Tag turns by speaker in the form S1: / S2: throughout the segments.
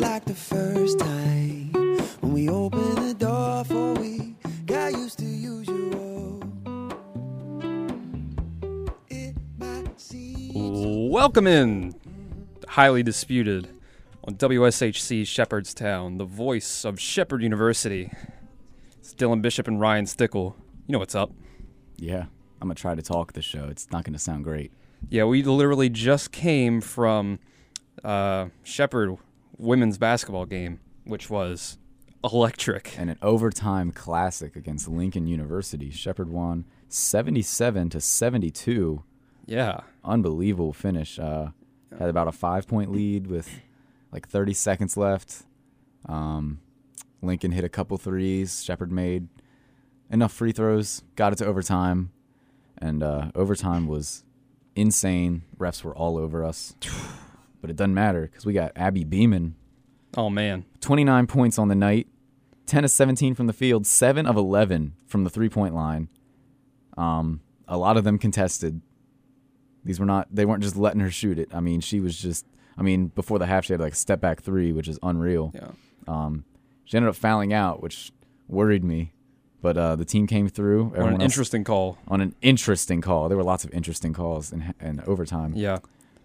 S1: like the first time when we opened the door for we got used to usual. It might seem
S2: Welcome in, highly disputed, on WSHC Shepherdstown, the voice of Shepherd University. It's Dylan Bishop and Ryan Stickle. You know what's up.
S3: Yeah, I'm gonna try to talk this show. It's not gonna sound great.
S2: Yeah, we literally just came from uh, Shepherd women's basketball game, which was electric.
S3: And an overtime classic against Lincoln University. Shepard won 77 to 72.
S2: Yeah,
S3: Unbelievable finish. Uh, had about a five point lead with like 30 seconds left. Um, Lincoln hit a couple threes. Shepard made enough free throws, got it to overtime, and uh, overtime was insane. Refs were all over us, but it doesn't matter because we got Abby Beeman
S2: oh man,
S3: 29 points on the night, 10 of 17 from the field, 7 of 11 from the three point line. Um, a lot of them contested. These were not, they weren't just letting her shoot it. I mean, she was just, I mean, before the half, she had like a step back three, which is unreal.
S2: yeah,
S3: Um, she ended up fouling out, which worried me. But uh, the team came through.
S2: what an
S3: Everyone else-
S2: interesting call.
S3: on an interesting call. There were lots of interesting calls in, in overtime.
S2: Yeah.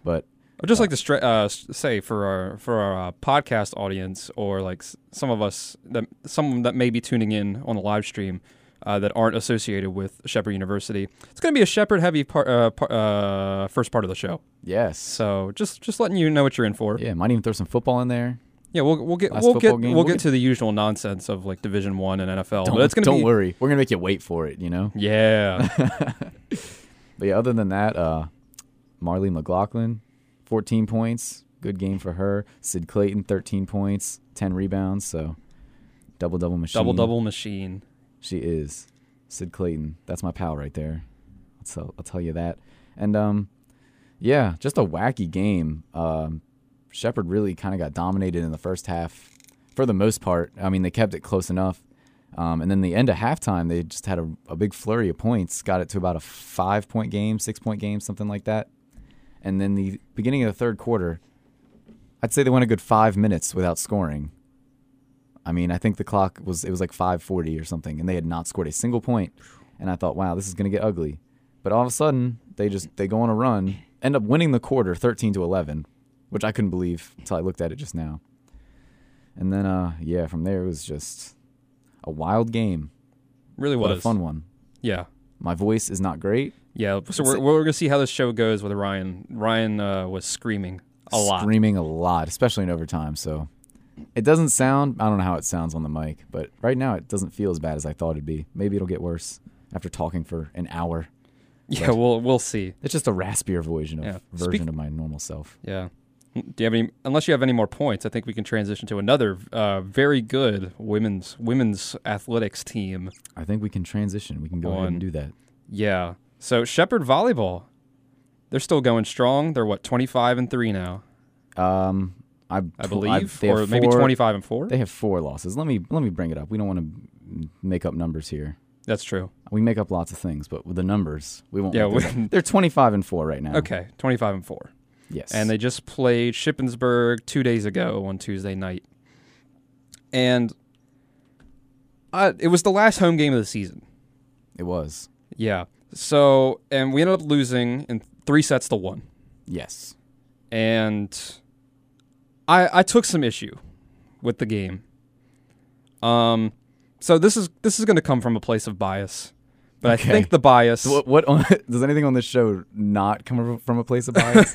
S3: But
S2: I'd just like to stra- uh, s- say for our for our uh, podcast audience, or like s- some of us that some that may be tuning in on the live stream uh, that aren't associated with Shepherd University, it's going to be a Shepherd heavy part, uh, par- uh, first part of the show.
S3: yes.
S2: So just just letting you know what you're in for. Yeah,
S3: Yeah, might even throw some football in there.
S2: we'll we'll get
S3: Last
S2: we'll get
S3: football game,
S2: we'll
S3: we'll
S2: get
S3: get-
S2: to the usual nonsense of like Division One and NFL.
S3: Don't,
S2: but it's gonna
S3: don't
S2: be,
S3: worry. We're going to make you wait for it, you know?
S2: Yeah,
S3: But yeah, other than that, uh, Marlene McLaughlin, 14 points. Good game for her. Sid Clayton, 13 points, 10 rebounds. So double double machine.
S2: double double machine.
S3: She is. Sid Clayton. That's my pal right there. I'll tell, I'll tell you that. And um, yeah, just a wacky game. Um, Shepard really kind of got dominated in the first half for the most part. I mean, they kept it close enough. Um, and then the end of halftime, they just had a, a big flurry of points, got it to about a five point game, six point game, something like that. And then the beginning of the third quarter, I'd say they went a good five minutes without scoring. I mean, I think the clock was it was like 5:40 or something, and they had not scored a single point. And I thought, wow, this is gonna get ugly. But all of a sudden, they just they go on a run, end up winning the quarter 13 to 11, which I couldn't believe until I looked at it just now. And then, uh, yeah, from there it was just a wild game,
S2: Really
S3: but
S2: was
S3: a fun one.
S2: Yeah,
S3: My voice is not great.
S2: yeah. So we're we're gonna see how this show goes with Ryan. Ryan uh, was screaming a lot.
S3: Screaming a lot, especially in overtime. So it doesn't sound, I don't know how it sounds on the mic, but right now it doesn't feel as bad as I thought it'd be. Maybe it'll get worse after talking for an hour.
S2: Yeah, we'll we'll see.
S3: It's just a raspier version of,
S2: Yeah.
S3: version
S2: Speak-
S3: of my normal self.
S2: Yeah. Do you have any? Unless you have any more points, I think we can transition to another uh, very good women's women's athletics team.
S3: I think we can transition. We can go ahead
S2: On.
S3: and do that.
S2: Yeah. So Shepherd volleyball, they're still going strong. They're what twenty five and three now,
S3: Um, I,
S2: I
S3: pl-
S2: believe,
S3: they have
S2: or maybe
S3: four-
S2: twenty five and four.
S3: They have four losses. Let me let me bring it up. We don't want to make up numbers here.
S2: That's true.
S3: We make up lots of things, but with the numbers, we won't.
S2: Yeah,
S3: make those
S2: we-
S3: up. they're twenty-five and four right now.
S2: Okay, twenty five and four,
S3: Yes.
S2: and they just played Shippensburg two days ago on Tuesday night, and uh, it was the last home game of the season.
S3: it was
S2: Yeah. So, and we ended up losing in three sets to one.
S3: yes.
S2: and I I took some issue with the game. Um, so this is this is going to come from a place of bias, but I
S3: Okay.
S2: think the bias
S3: What, what on, does anything on this show not come from a place of bias?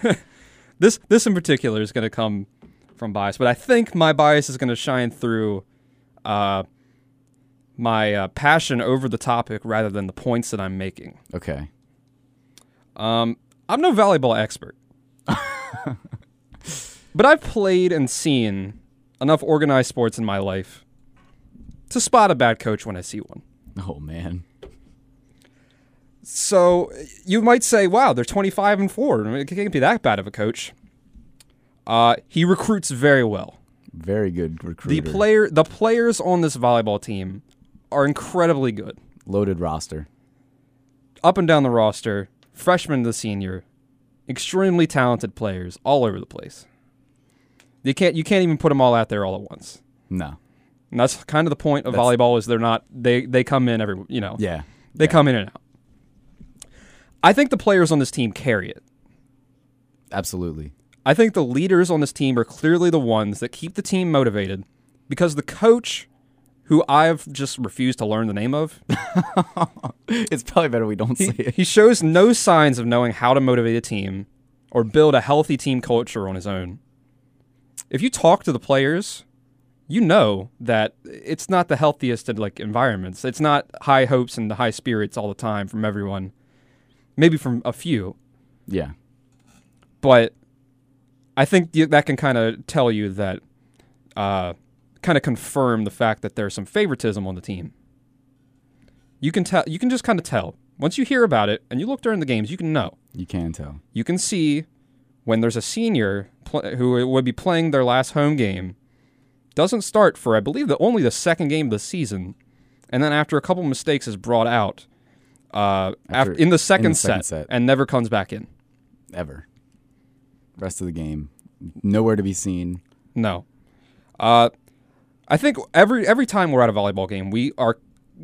S2: this this in particular is going to come from bias, but I think my bias is going to shine through. Uh, my uh, passion over the topic rather than the points that I'm making.
S3: okay.
S2: Um, I'm no volleyball expert, but I've played and seen enough organized sports in my life to spot a bad coach when I see one.
S3: Oh man.
S2: So you might say, "Wow, they're 25 and four. I mean, It can't be that bad of a coach." Uh, he recruits very well.
S3: Very good recruiter.
S2: The player, the players on this volleyball team are incredibly good,
S3: Loaded roster.
S2: up and down the roster, freshman to senior, extremely talented players all over the place. You can't you can't even put them all out there all at once.
S3: No.
S2: And that's kind of the point of
S3: That's-
S2: volleyball is they're not they they come in every you know
S3: Yeah.
S2: they come in and out. I think the players on this team carry it.
S3: Absolutely.
S2: I think the leaders on this team are clearly the ones that keep the team motivated because the coach, who I've just refused to learn the name of,
S3: It's probably better we don't say it.
S2: he shows no signs of knowing how to motivate a team or build a healthy team culture on his own. If you talk to the players, you know that it's not the healthiest of like environments. It's not high hopes and high spirits all the time from everyone. Maybe from a few,
S3: Yeah.
S2: but I think th- that can kind of tell you that, uh, kind of confirm the fact that there's some favoritism on the team. You can tell. You can just kind of tell once you hear about it and you look during the games. You can know.
S3: You can tell.
S2: You can see when there's a senior pl- who would be playing their last home game doesn't start for I believe the only the second game of the season, and then after a couple mistakes is brought out. Uh,
S3: After-
S2: after, in the second,
S3: in the second set.
S2: set and never comes back in.
S3: Ever. Rest of the game. Nowhere to be seen.
S2: No. Uh, I think every every time we're at a volleyball game, we are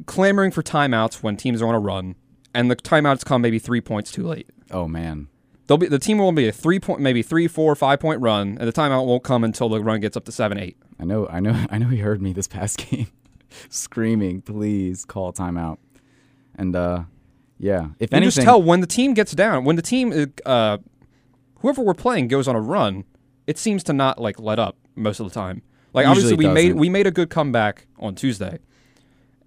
S2: clamoring for timeouts when teams are on a run, and the timeouts come maybe three points too late.
S3: Oh man.
S2: They'll be the team will be a three point, maybe three, four, five point run, and the timeout won't come until the run gets up to seven, eight.
S3: I know I know I know he heard me this past game screaming, please call timeout. And uh yeah. If
S2: You
S3: anything
S2: just tell when the team gets down, when the team, uh, whoever we're playing goes on a run, it seems to not like let up most of the time. Like
S3: Usually
S2: obviously we
S3: it
S2: made
S3: doesn't.
S2: we made a good comeback on Tuesday,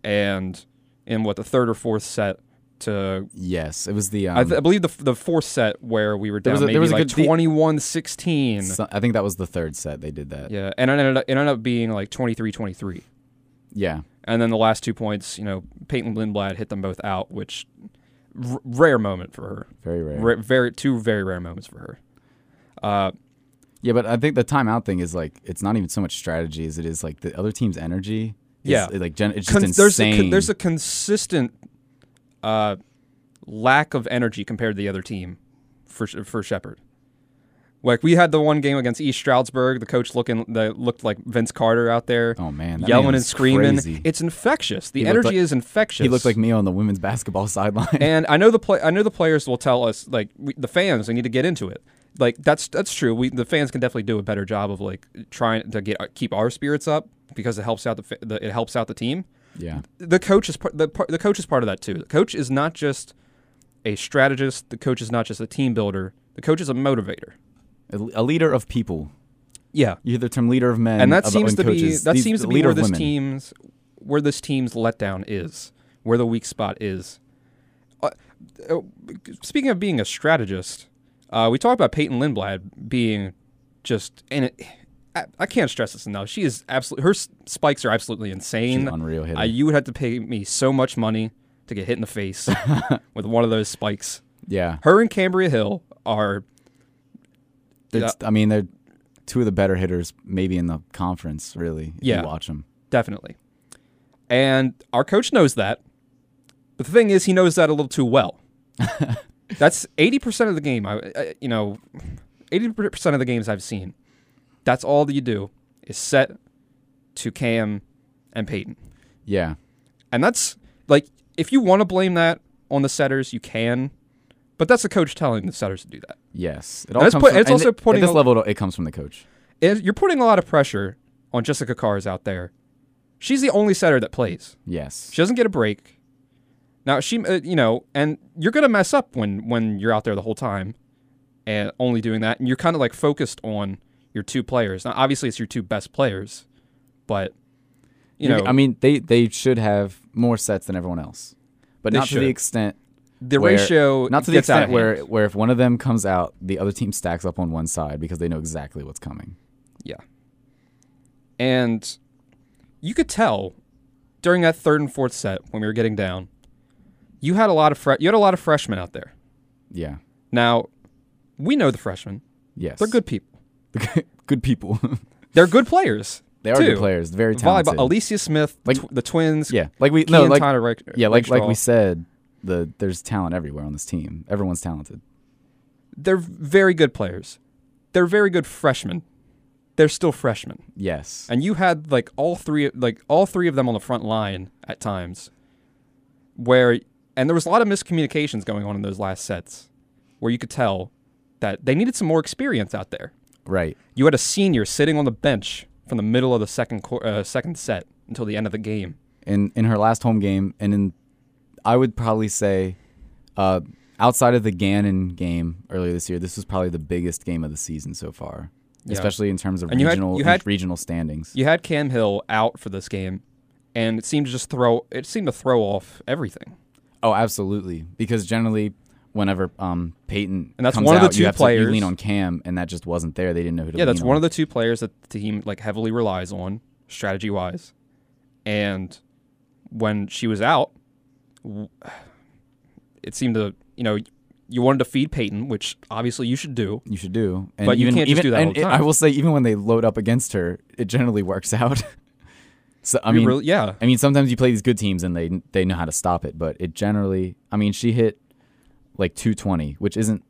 S2: and in what the third or fourth set to
S3: Yes. It was the um,
S2: I, th- I believe the f- the fourth set where we were down
S3: was a-
S2: maybe
S3: there was a
S2: like
S3: good de-
S2: 21-16.
S3: so- I think that was the third set they did that.
S2: yeah, and it ended up, it ended up being like 23-23.
S3: Yeah.
S2: And then the last two points, you know, Peyton Lindblad hit them both out, which r- rare moment for her.
S3: Very rare.
S2: Ra- very two very rare moments for her. Uh,
S3: Yeah, but I think the timeout thing is like it's not even so much strategy as it is like the other team's energy. is-
S2: Yeah.
S3: is, like gen- it's just
S2: con- there's a,
S3: insane.
S2: con- there's a consistent uh, lack of energy compared to the other team for Sh- for Shepard. Like we had the one game against East Stroudsburg, the coach looking that looked like Vince Carter out there.
S3: oh man, that man
S2: yelling and
S3: was
S2: screaming.
S3: crazy.
S2: It's infectious. The
S3: He looked
S2: energy
S3: like-
S2: is infectious.
S3: he looked like me on the women's basketball sideline.
S2: And I know the play. I know the players will tell us like we, the fans. They need to get into it. Like that's that's true. We the fans can definitely do a better job of like trying to get keep our spirits up because it helps out the, fa- the it helps out the team.
S3: yeah,
S2: The coach is part, the par- the coach is part of that too. The coach is not just a strategist. The coach is not just a team builder. The coach is a motivator.
S3: a, a leader of people.
S2: Yeah,
S3: You hear the term "leader of men,"
S2: and that
S3: of-
S2: seems
S3: and
S2: to
S3: coaches.
S2: be that
S3: These-
S2: seems
S3: the
S2: to be
S3: leader
S2: where
S3: of
S2: this
S3: women.
S2: team's where this team's letdown is, where the weak spot is. Uh, uh, speaking of being a strategist, uh, we talked about Peyton Lindblad being just and it, I, I can't stress this enough. She is absolutely her s- spikes are absolutely insane.
S3: She's an unreal hitter.
S2: Uh, you would have to pay me so much money to get hit in the face with one of those spikes.
S3: Yeah,
S2: Her and Cambria Hill are
S3: They're
S2: Yeah.
S3: just- I mean they're two of the better hitters maybe in the conference. Really, if
S2: Yeah.
S3: you watch them.
S2: Definitely. And our coach knows that. But the thing is, he knows that a little too well. That's 80% of the game. I, I, you know, 80% of the games I've seen. That's all that you do is set to Cam and Peyton.
S3: Yeah,
S2: And that's like, if you want to blame that on the setters, you can. But that's the coach telling the setters to do that.
S3: yes. It
S2: it's put- it's
S3: and
S2: also
S3: it-
S2: putting
S3: at this
S2: a-
S3: level. It comes from the coach.
S2: And you're putting a lot of pressure on Jessica Cars out there. She's the only setter that plays.
S3: Yes.
S2: She doesn't get a break. Now she, uh, you know, and you're gonna mess up when when you're out there the whole time, and only doing that, and you're kind of like focused on your two players. Now, obviously, it's your two best players, but you know,
S3: I mean, they they should have more sets than everyone else, but
S2: They
S3: not to
S2: should.
S3: the extent
S2: the
S3: where-
S2: ratio
S3: not to the
S2: gets out
S3: extent
S2: of
S3: where
S2: hand.
S3: where if one of them comes out, the other team stacks up on one side because they know exactly what's coming.
S2: Yeah. And you could tell during that third and fourth set when we were getting down, you had a lot of fre- you had a lot of freshmen out there.
S3: Yeah.
S2: Now, we know the freshmen;
S3: Yes.
S2: they're good people.
S3: good people.
S2: They're good players.
S3: they are
S2: too.
S3: good players. Very talented.
S2: volleyball. Alicia Smith,
S3: Like-
S2: tw- the twins.
S3: yeah. Like we
S2: Kean
S3: no like
S2: Tyler Rec-
S3: yeah like like
S2: Rickstraw.
S3: we said the there's talent everywhere on this team. Everyone's talented.
S2: They're very good players. They're very good freshmen. they're still freshmen.
S3: Yes.
S2: and you had like all three like all three of them on the front line at times where and there was a lot of miscommunications going on in those last sets where you could tell that they needed some more experience out there
S3: Right.
S2: you had a senior sitting on the bench from the middle of the second quar- uh, second set until the end of the game
S3: in in her last home game, and in I would probably say uh, outside of the Gannon game earlier this year, this was probably the biggest game of the season so far,
S2: Yeah.
S3: especially in terms of
S2: And you had-
S3: regional
S2: you had-
S3: regional standings.
S2: you had cam hill out for this game and it seemed to just throw it seemed to throw off everything
S3: Oh, absolutely, because generally. Whenever um, Peyton
S2: And that's
S3: comes
S2: one of the
S3: out,
S2: two
S3: you have to- you
S2: players-
S3: lean on Cam, and that just wasn't there. They didn't know who to
S2: yeah
S3: lean
S2: that's one of the two players that the team like heavily relies on strategy wise and when she was out w- it seemed to you know you wanted to feed Peyton, which obviously you should do.
S3: you should do. And
S2: But you
S3: even,
S2: can't just
S3: even,
S2: do that
S3: and
S2: all the
S3: it-
S2: time.
S3: I will say, even when they load up against her, it generally works out. so I
S2: You
S3: mean,
S2: really- yeah,
S3: I mean, sometimes you play these good teams and they they know how to stop it, but it generally, I mean, she hit like 220, which isn't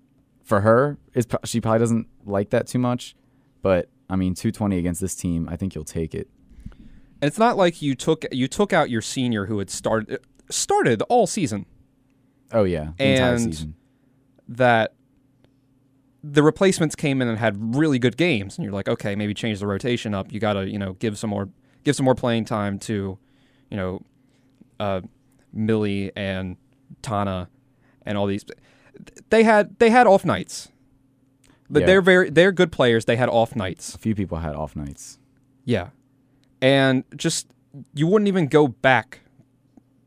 S3: for her. Is pro- she probably doesn't like that too much, but I mean, 220 against this team, I think you'll take it.
S2: and it's not like you took you took out your senior who had started started all season.
S3: Oh yeah, the entire
S2: And-
S3: season.
S2: That the replacements came in and had really good games, and you're like, okay, maybe change the rotation up. You gotta you know give some more give some more playing time to you know uh, Millie and Tana and all these. They had they had off nights. But
S3: Yeah.
S2: They're very they're good players. They had off nights.
S3: A few people had off nights.
S2: Yeah, and just you wouldn't even go back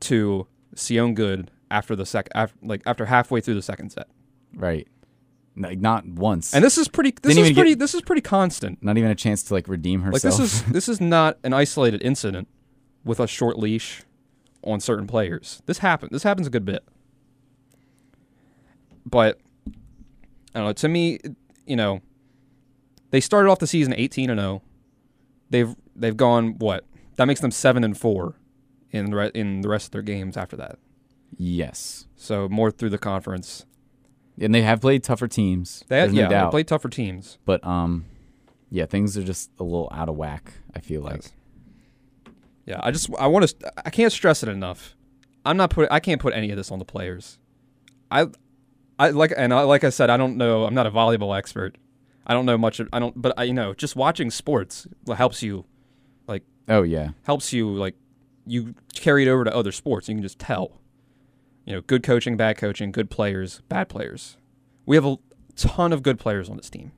S2: to Sion Good after the sec after, like after halfway through the second set.
S3: Right, like not once,
S2: And this is pretty. This
S3: Didn't
S2: is
S3: even get-
S2: pretty. this is pretty constant.
S3: not even a chance to like redeem
S2: Like
S3: herself.
S2: this is this is not an isolated incident with a short leash on certain players. This happens. This happens a good bit. But I don't know. To me, you know, they started off the season eighteen and zero. They've they've gone what? That makes them seven and four in the re- in the rest of their games after that.
S3: yes,
S2: So more through the conference.
S3: and they have played tougher teams.
S2: They had,
S3: There's no
S2: yeah, they
S3: doubt.
S2: played tougher teams.
S3: but um, yeah, things are just a little out of whack. I feel like.
S2: Yes. Yeah, I just I want to I can't stress it enough. I'm not put I can't put any of this on the players. I I like and I, like I said I don't know I'm not a volleyball expert. I don't know much of, I don't but I you know just watching sports helps you like
S3: Oh yeah,
S2: helps you like you carry it over to other sports. You can just tell. You know, good coaching, bad coaching, good players, bad players. We have a ton of good players on this team.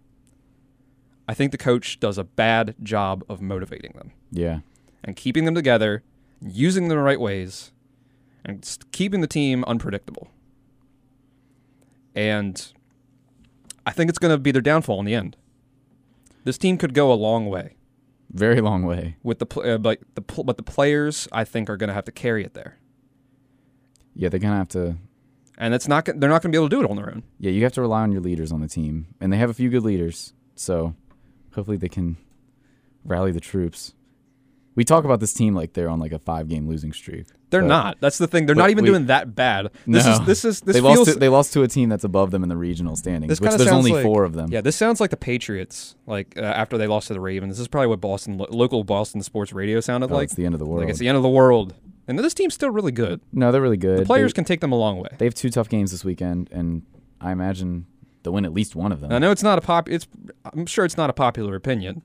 S2: I think the coach does a bad job of motivating them
S3: yeah.
S2: and keeping them together, using them the right ways, and s- keeping the team unpredictable. And I think it's going to be their downfall in the end. This team could go a long way
S3: Very long way.
S2: with the pl- uh, but the pl- but the players I think are going to have to carry it there,
S3: Yeah, they're gonna have to.
S2: and it's not gon- they're not going to be able to do it on their own.
S3: Yeah, you have to rely on your leaders on the team, and they have a few good leaders. So hopefully they can rally the troops. We talk about this team like they're on like a five-game losing streak.
S2: They're
S3: but
S2: not. That's the thing. They're
S3: but
S2: not even
S3: we-
S2: doing that bad. This
S3: no.
S2: is this is this
S3: they
S2: feels
S3: lost. To, they lost to a team that's above them in the regional standings,
S2: This
S3: which
S2: kinda
S3: there's
S2: sounds
S3: only
S2: like-
S3: four of them.
S2: Yeah, this sounds like the Patriots, like uh, after they lost to the Ravens. This is probably what Boston, lo- local Boston sports radio sounded
S3: Oh,
S2: like.
S3: it's the end of the world.
S2: Like it's the end of the world. And this team's still really good.
S3: no, they're really good.
S2: The players
S3: they,
S2: can take them a long way.
S3: they have two tough games this weekend, and I imagine they'll win at least one of them.
S2: And I know it's not a pop. It's I'm sure it's not a popular opinion,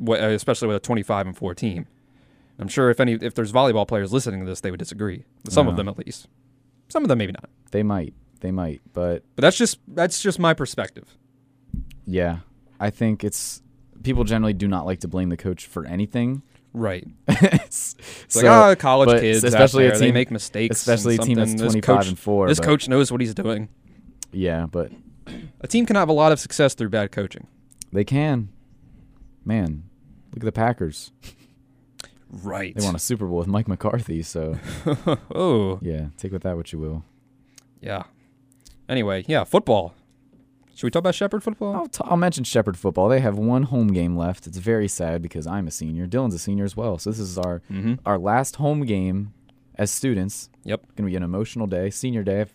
S2: wh- uh, especially with a 25 and 4 team. I'm sure if any if there's volleyball players listening to this, they would disagree. Some of
S3: No.
S2: them at least. Some of them maybe not.
S3: They might. They might. But
S2: But that's just that's just my perspective.
S3: yeah, I think it's people generally do not like to blame the coach for anything.
S2: Right.
S3: it's
S2: It's like ah, college
S3: but
S2: kids,
S3: especially
S2: out
S3: a
S2: there, they
S3: team-
S2: make mistakes. and
S3: especially a team that's
S2: something. This
S3: 25
S2: coach-
S3: and four,
S2: This
S3: but-
S2: coach knows what he's doing.
S3: Yeah, but
S2: A team can have a lot of success through bad coaching.
S3: they can. Man, look at the Packers.
S2: Right.
S3: They won a Super Bowl with Mike McCarthy, so
S2: oh
S3: yeah, take with that what you will.
S2: yeah. Anyway, yeah, football. Should we talk about Shepherd football?
S3: I'll, t- I'll mention Shepherd football. They have one home game left. It's very sad because I'm a senior. Dylan's a senior as well. So this is our
S2: Mhm.
S3: our last home game as students.
S2: Yep.
S3: Gonna be an emotional day, senior day. I have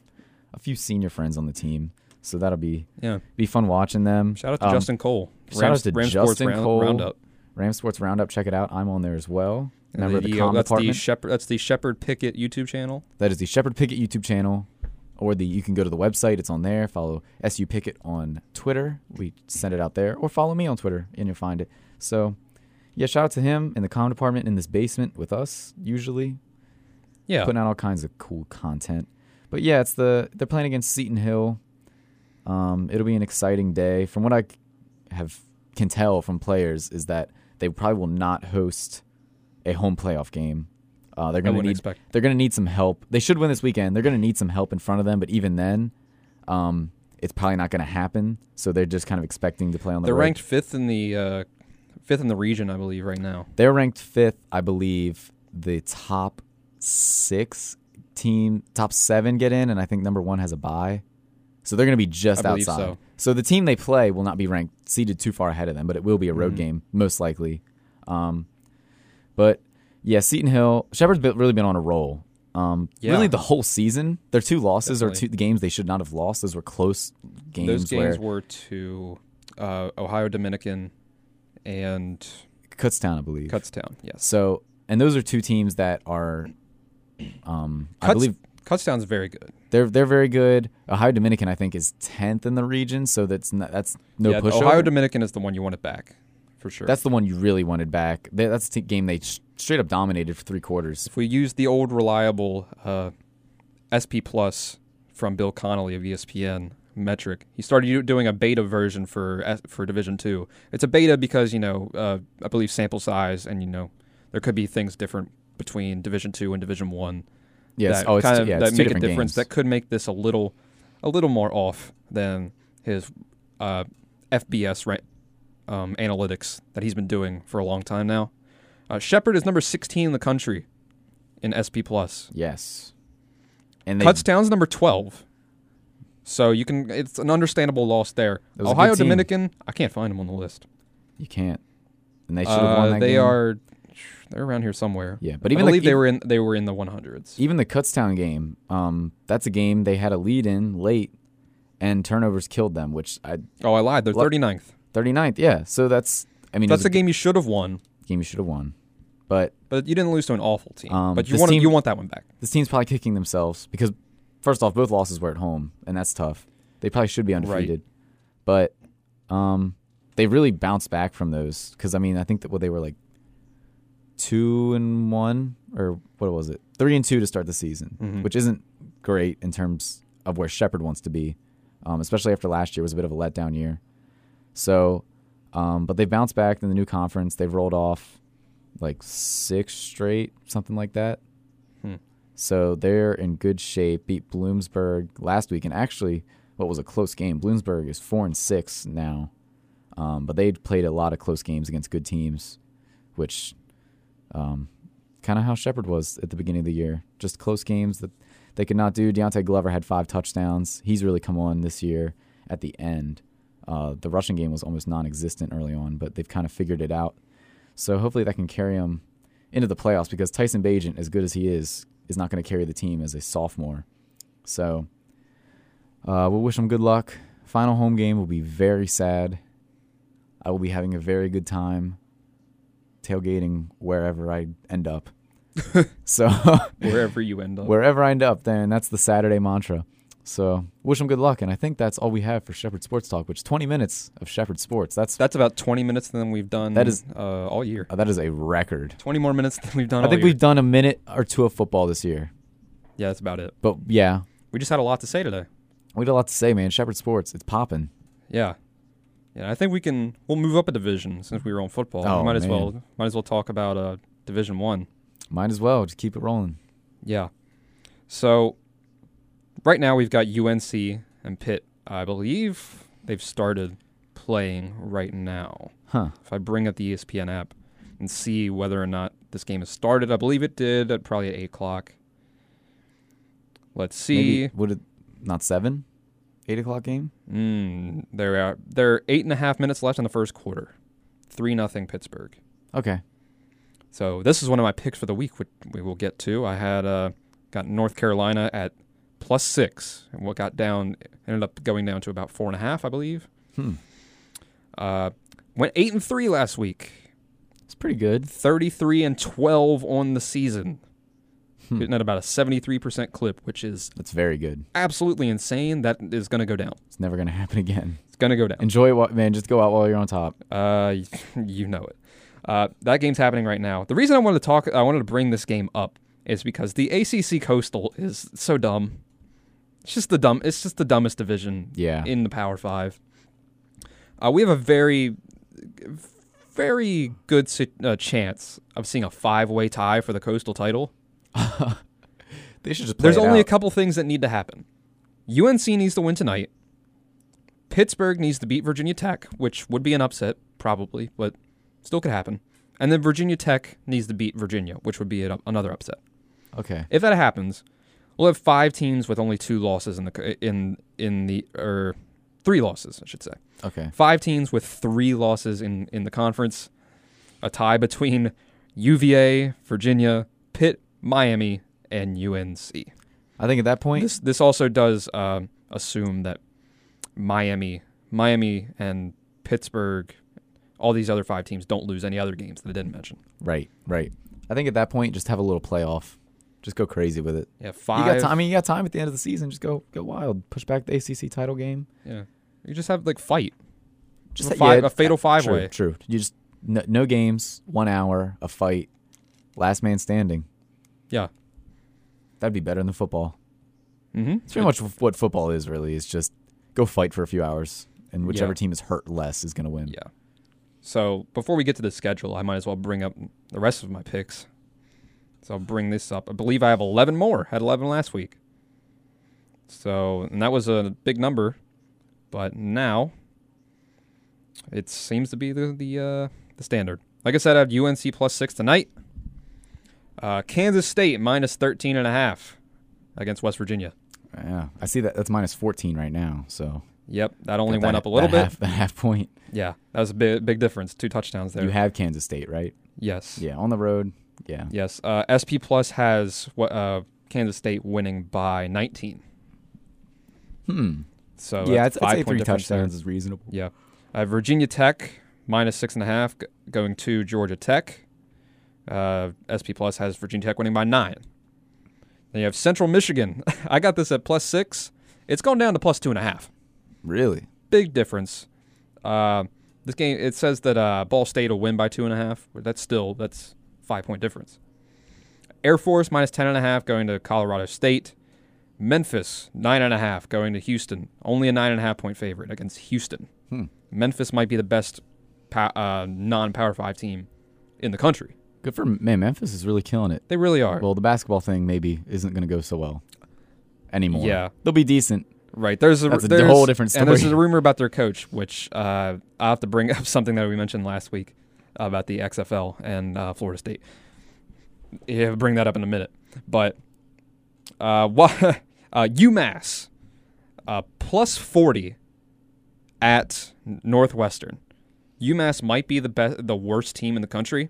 S3: a few senior friends on the team. So that'll be
S2: Yeah.
S3: be fun watching them.
S2: Shout out to
S3: Um,
S2: Justin Cole.
S3: shout out to Justin
S2: round-
S3: Cole.
S2: Roundup.
S3: Ram Sports Roundup. Check it out. I'm on there as well.
S2: And
S3: Member of the
S2: uh,
S3: com
S2: that's
S3: department.
S2: the Shepherd. That's the Shepherd Pickett YouTube channel.
S3: That is the Shepherd Pickett YouTube channel, or the you can go to the website. It's on there. Follow SU Pickett on Twitter. We send it out there, or follow me on Twitter, and you'll find it. So, yeah, shout out to him in the comm department in this basement with us. Usually,
S2: Yeah.
S3: putting out all kinds of cool content. But yeah, it's the they're playing against Seton Hill. Um, it'll be an exciting day. From what I c- have can tell from players is that they probably will not host a home playoff game. Uh, they're
S2: I
S3: going to
S2: wouldn't
S3: need
S2: expect.
S3: they're going to need some help. They should win this weekend. They're going to need some help in front of them, but even then, um, it's probably not going to happen. So they're just kind of expecting to play on the
S2: They're
S3: road.
S2: ranked fifth in the uh, fifth in the region, I believe, right now.
S3: They're ranked fifth, I believe. The top six team, top seven get in, and I think number one has a bye. So they're going to be just
S2: I believe
S3: outside.
S2: so.
S3: the team they play will not be ranked seeded too far ahead of them, but it will be a
S2: Mm-hmm.
S3: road game most likely. Um, but yeah, Seton Hill Shepherd's been, really been on a roll. Um,
S2: Yeah.
S3: Really, the whole season. Their two losses
S2: Definitely.
S3: are two games they should not have lost. Those were close games.
S2: Those games
S3: where
S2: were to uh, Ohio Dominican and
S3: Kutztown, I believe.
S2: Cutstown. Yes,
S3: So, and those are two teams that are, um, I
S2: Cuts-
S3: believe
S2: Cutstown's very good.
S3: they're they're very good. Ohio Dominican, I think, is tenth in the region, so that's not, that's no
S2: yeah,
S3: push.
S2: Ohio Dominican is the one you want it back for sure.
S3: that's the one you really wanted back. They, that's the game they sh- straight up dominated for three quarters.
S2: if we use the old reliable uh, SP Plus from Bill Connolly of E ESPN metric, he started u- doing a beta version for S- for Division Two. It's a beta because you know uh, I believe sample size and you know there could be things different between Division Two and Division One
S3: Yes,
S2: that
S3: oh, it's,
S2: kind
S3: two-
S2: of
S3: yeah,
S2: that
S3: it's two
S2: make a
S3: different
S2: difference
S3: games.
S2: that could make this a little a little more off than his uh, FBS right, um, analytics that he's been doing for a long time now. Uh, Shepard is number 16 in the country in SP plus.
S3: yes, and they,
S2: Cutstown's number 12. So you can it's an understandable loss there.
S3: That was a good
S2: Ohio
S3: team.
S2: Dominican, I can't find them on the list.
S3: you can't, and they should have won
S2: Uh,
S3: that
S2: they
S3: game.
S2: are they're around here somewhere.
S3: Yeah, but
S2: I
S3: even the- E
S2: believe they were in they were in the 100s.
S3: even the Kutztown game. Um, that's a game they had a lead in late, and turnovers killed them, which I
S2: Oh, I lied. They're
S3: Luck-
S2: 39th.
S3: 39th. Yeah, so that's I mean it
S2: That's
S3: was
S2: a game you should have won.
S3: game you should have won, but
S2: But you didn't lose to an awful team.
S3: Um,
S2: but you
S3: this
S2: want
S3: team-
S2: you want that one back.
S3: this team's probably kicking themselves because first off, both losses were at home, and that's tough. They probably should be undefeated, but um, they really bounced back from those because I mean I think that what they were like two and one or what was it three and two to start the season, which isn't great in terms of where Shepard wants to be, um, especially after last year was a bit of a letdown year. So, um, but they bounced back in the new conference. They've rolled off like six straight, something like that. So they're in good shape. Beat Bloomsburg last week, and actually, what was a close game. Bloomsburg is four and six now, um, but they played a lot of close games against good teams, which, um, kind of how Shepard was at the beginning of the year. Just close games that they could not do. Deontay Glover had five touchdowns. He's really come on this year. At the end, uh, the rushing game was almost non-existent early on, but they've kind of figured it out. So hopefully that can carry him into the playoffs because Tyson Bajent, as good as he is, is not going to carry the team as a sophomore. So uh, we'll wish him good luck. Final home game will be very sad. I will be having a very good time tailgating wherever I end up. so
S2: Wherever you end up.
S3: wherever I end up, then that's the Saturday mantra. So wish him good luck, and I think that's all we have for Shepherd Sports Talk, which 20 minutes of Shepherd Sports. That's
S2: That's about 20 minutes than we've done
S3: That is-
S2: uh, all year.
S3: uh, that is a record.
S2: 20 more minutes than we've done
S3: I
S2: all
S3: think
S2: year.
S3: we've done a minute or two of football this year.
S2: Yeah, that's about it.
S3: But yeah,
S2: We just had a lot to say today.
S3: we had a lot to say, man. Shepherd Sports, it's popping.
S2: Yeah. Yeah, I think we can we'll move up a division since we were on football.
S3: Oh,
S2: we might as
S3: man.
S2: well might as well talk about uh, Division 1.
S3: Might as well just keep it rolling.
S2: Yeah. So right now we've got UNC and Pitt. I believe they've started playing right now.
S3: Huh.
S2: If I bring up the E ESPN app and see whether or not this game has started, I believe it did at probably at eight o'clock. Let's see.
S3: Maybe would it not seven? Eight o'clock game?
S2: Mm, there are there are eight and a half minutes left in the first quarter. Three nothing Pittsburgh.
S3: Okay.
S2: So this is one of my picks for the week, which we will get to. I had uh, got North Carolina at plus six, and what got down ended up going down to about four and a half, I believe.
S3: Hmm.
S2: Uh, went eight and three last week,
S3: It's pretty good.
S2: thirty three and twelve on the season,
S3: Hmm.
S2: hitting at about a seventy three percent clip, which is
S3: That's very good.
S2: absolutely insane. That is going to go down.
S3: It's never gonna happen again.
S2: It's going to go down.
S3: Enjoy what man. Just go out while you're on top.
S2: Uh, you know it. Uh, that game's happening right now. The reason I wanted to talk, I wanted to bring this game up, is because the ACC Coastal is so dumb. It's just the dumb. It's just the dumbest division
S3: Yeah.
S2: in the Power Five. Uh, we have a very, very good si- uh, chance of seeing a five-way tie for the Coastal title.
S3: They should just play
S2: There's
S3: it
S2: only a
S3: out.
S2: couple things that need to happen. UNC needs to win tonight. Pittsburgh needs to beat Virginia Tech, which would be an upset, probably, but still could happen. And then Virginia Tech needs to beat Virginia, which would be an, another upset.
S3: Okay.
S2: If that happens, we'll have five teams with only two losses in the co- in in the or three losses, I should say.
S3: Okay.
S2: Five teams with three losses in in the conference. A tie between UVA, Virginia, Pitt, Miami, and UNC.
S3: I think at that point,
S2: This this also does um, assume that Miami, Miami, and Pittsburgh, all these other five teams don't lose any other games that I didn't mention.
S3: right, right. I think at that point, just have a little playoff. Just go crazy with it.
S2: Yeah, five.
S3: You got time. I mean, you got time at the end of the season. Just go, go wild. Push back the ACC title game.
S2: Yeah, you just have like fight.
S3: Just
S2: A five- a fatal
S3: five
S2: five-way.
S3: True. You just no, no games, one hour, a fight, last man standing.
S2: Yeah.
S3: That'd be better than football.
S2: Mm-hmm.
S3: It's pretty much what football is really. Is just go fight for a few hours, and whichever
S2: Yeah.
S3: team is hurt less is going to win.
S2: Yeah. So before we get to the schedule, I might as well bring up the rest of my picks. So I'll bring this up. I believe I have 11 more. Had 11 last week. So, and that was a big number, but now it seems to be the the, uh, the standard. Like I said, I have UNC plus six tonight. Uh, Kansas State minus 13 and a half against West Virginia.
S3: Yeah. I see that. That's minus fourteen right now. So
S2: Yep, that only
S3: That-
S2: went up a little
S3: that
S2: bit.
S3: Half, that half point.
S2: Yeah, that was a big, big difference. Two touchdowns there.
S3: You have Kansas State, right?
S2: yes.
S3: Yeah, on the road. Yeah.
S2: Yes. Uh, SP Plus has what uh, Kansas State winning by 19.
S3: Hmm.
S2: So Oh,
S3: yeah,
S2: that's
S3: I'd, I'd say
S2: five-point
S3: three
S2: difference there.
S3: touchdowns is reasonable.
S2: Yeah. Uh, Virginia Tech minus six and a half g- going to Georgia Tech. Uh, SP Plus has Virginia Tech winning by nine. Then you have Central Michigan. I got this at plus six. It's gone down to plus two and a half.
S3: Really?
S2: Big difference. Uh, this game it says that uh, Ball State will win by two and a half. but That's still that's five point difference. Air Force minus ten and a half going to Colorado State. Memphis nine and a half going to Houston. Only a nine and a half point favorite against Houston.
S3: Hmm.
S2: Memphis might be the best pa- uh, non-power five team in the country.
S3: Good for man. Memphis is really killing it.
S2: They really are.
S3: Well, the basketball thing maybe isn't going to go so well anymore.
S2: Yeah.
S3: they'll be decent.
S2: Right. There's a,
S3: That's a
S2: there's-
S3: whole different
S2: And there's
S3: story.
S2: a rumor about their coach, which uh, I have to bring up something that we mentioned last week about the XFL and uh, Florida State. Yeah, I'll bring that up in a minute. But uh, wha- uh, UMass uh, plus forty at Northwestern. UMass might be the best, the worst team in the country,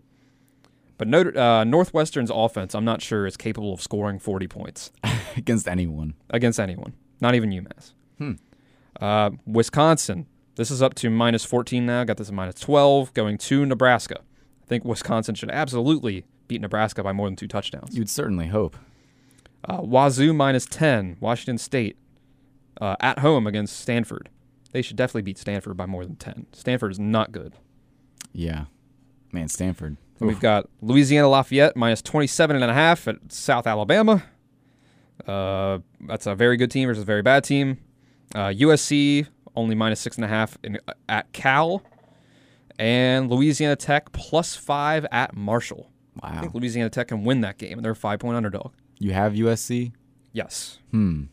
S2: but Notre, uh, Northwestern's offense, I'm not sure, is capable of scoring forty points
S3: Against anyone,
S2: against anyone, not even UMass.
S3: Hmm.
S2: Uh, Wisconsin. This is up to minus 14 now. Got this at minus 12. Going to Nebraska. I think Wisconsin should absolutely beat Nebraska by more than two touchdowns.
S3: you'd certainly hope.
S2: Uh, Wazoo minus 10. Washington State uh, at home against Stanford. They should definitely beat Stanford by more than 10. Stanford is not good.
S3: Yeah, man, Stanford.
S2: Then
S3: Oof.
S2: we've got Louisiana Lafayette minus 27 and a half at South Alabama. Uh, that's a very good team versus a very bad team. Uh, USC only minus six and a half in, at Cal, and Louisiana Tech plus five at Marshall. I
S3: wow,
S2: think Louisiana Tech can win that game, and they're a five point underdog.
S3: you have USC.
S2: Yes,
S3: Hmm.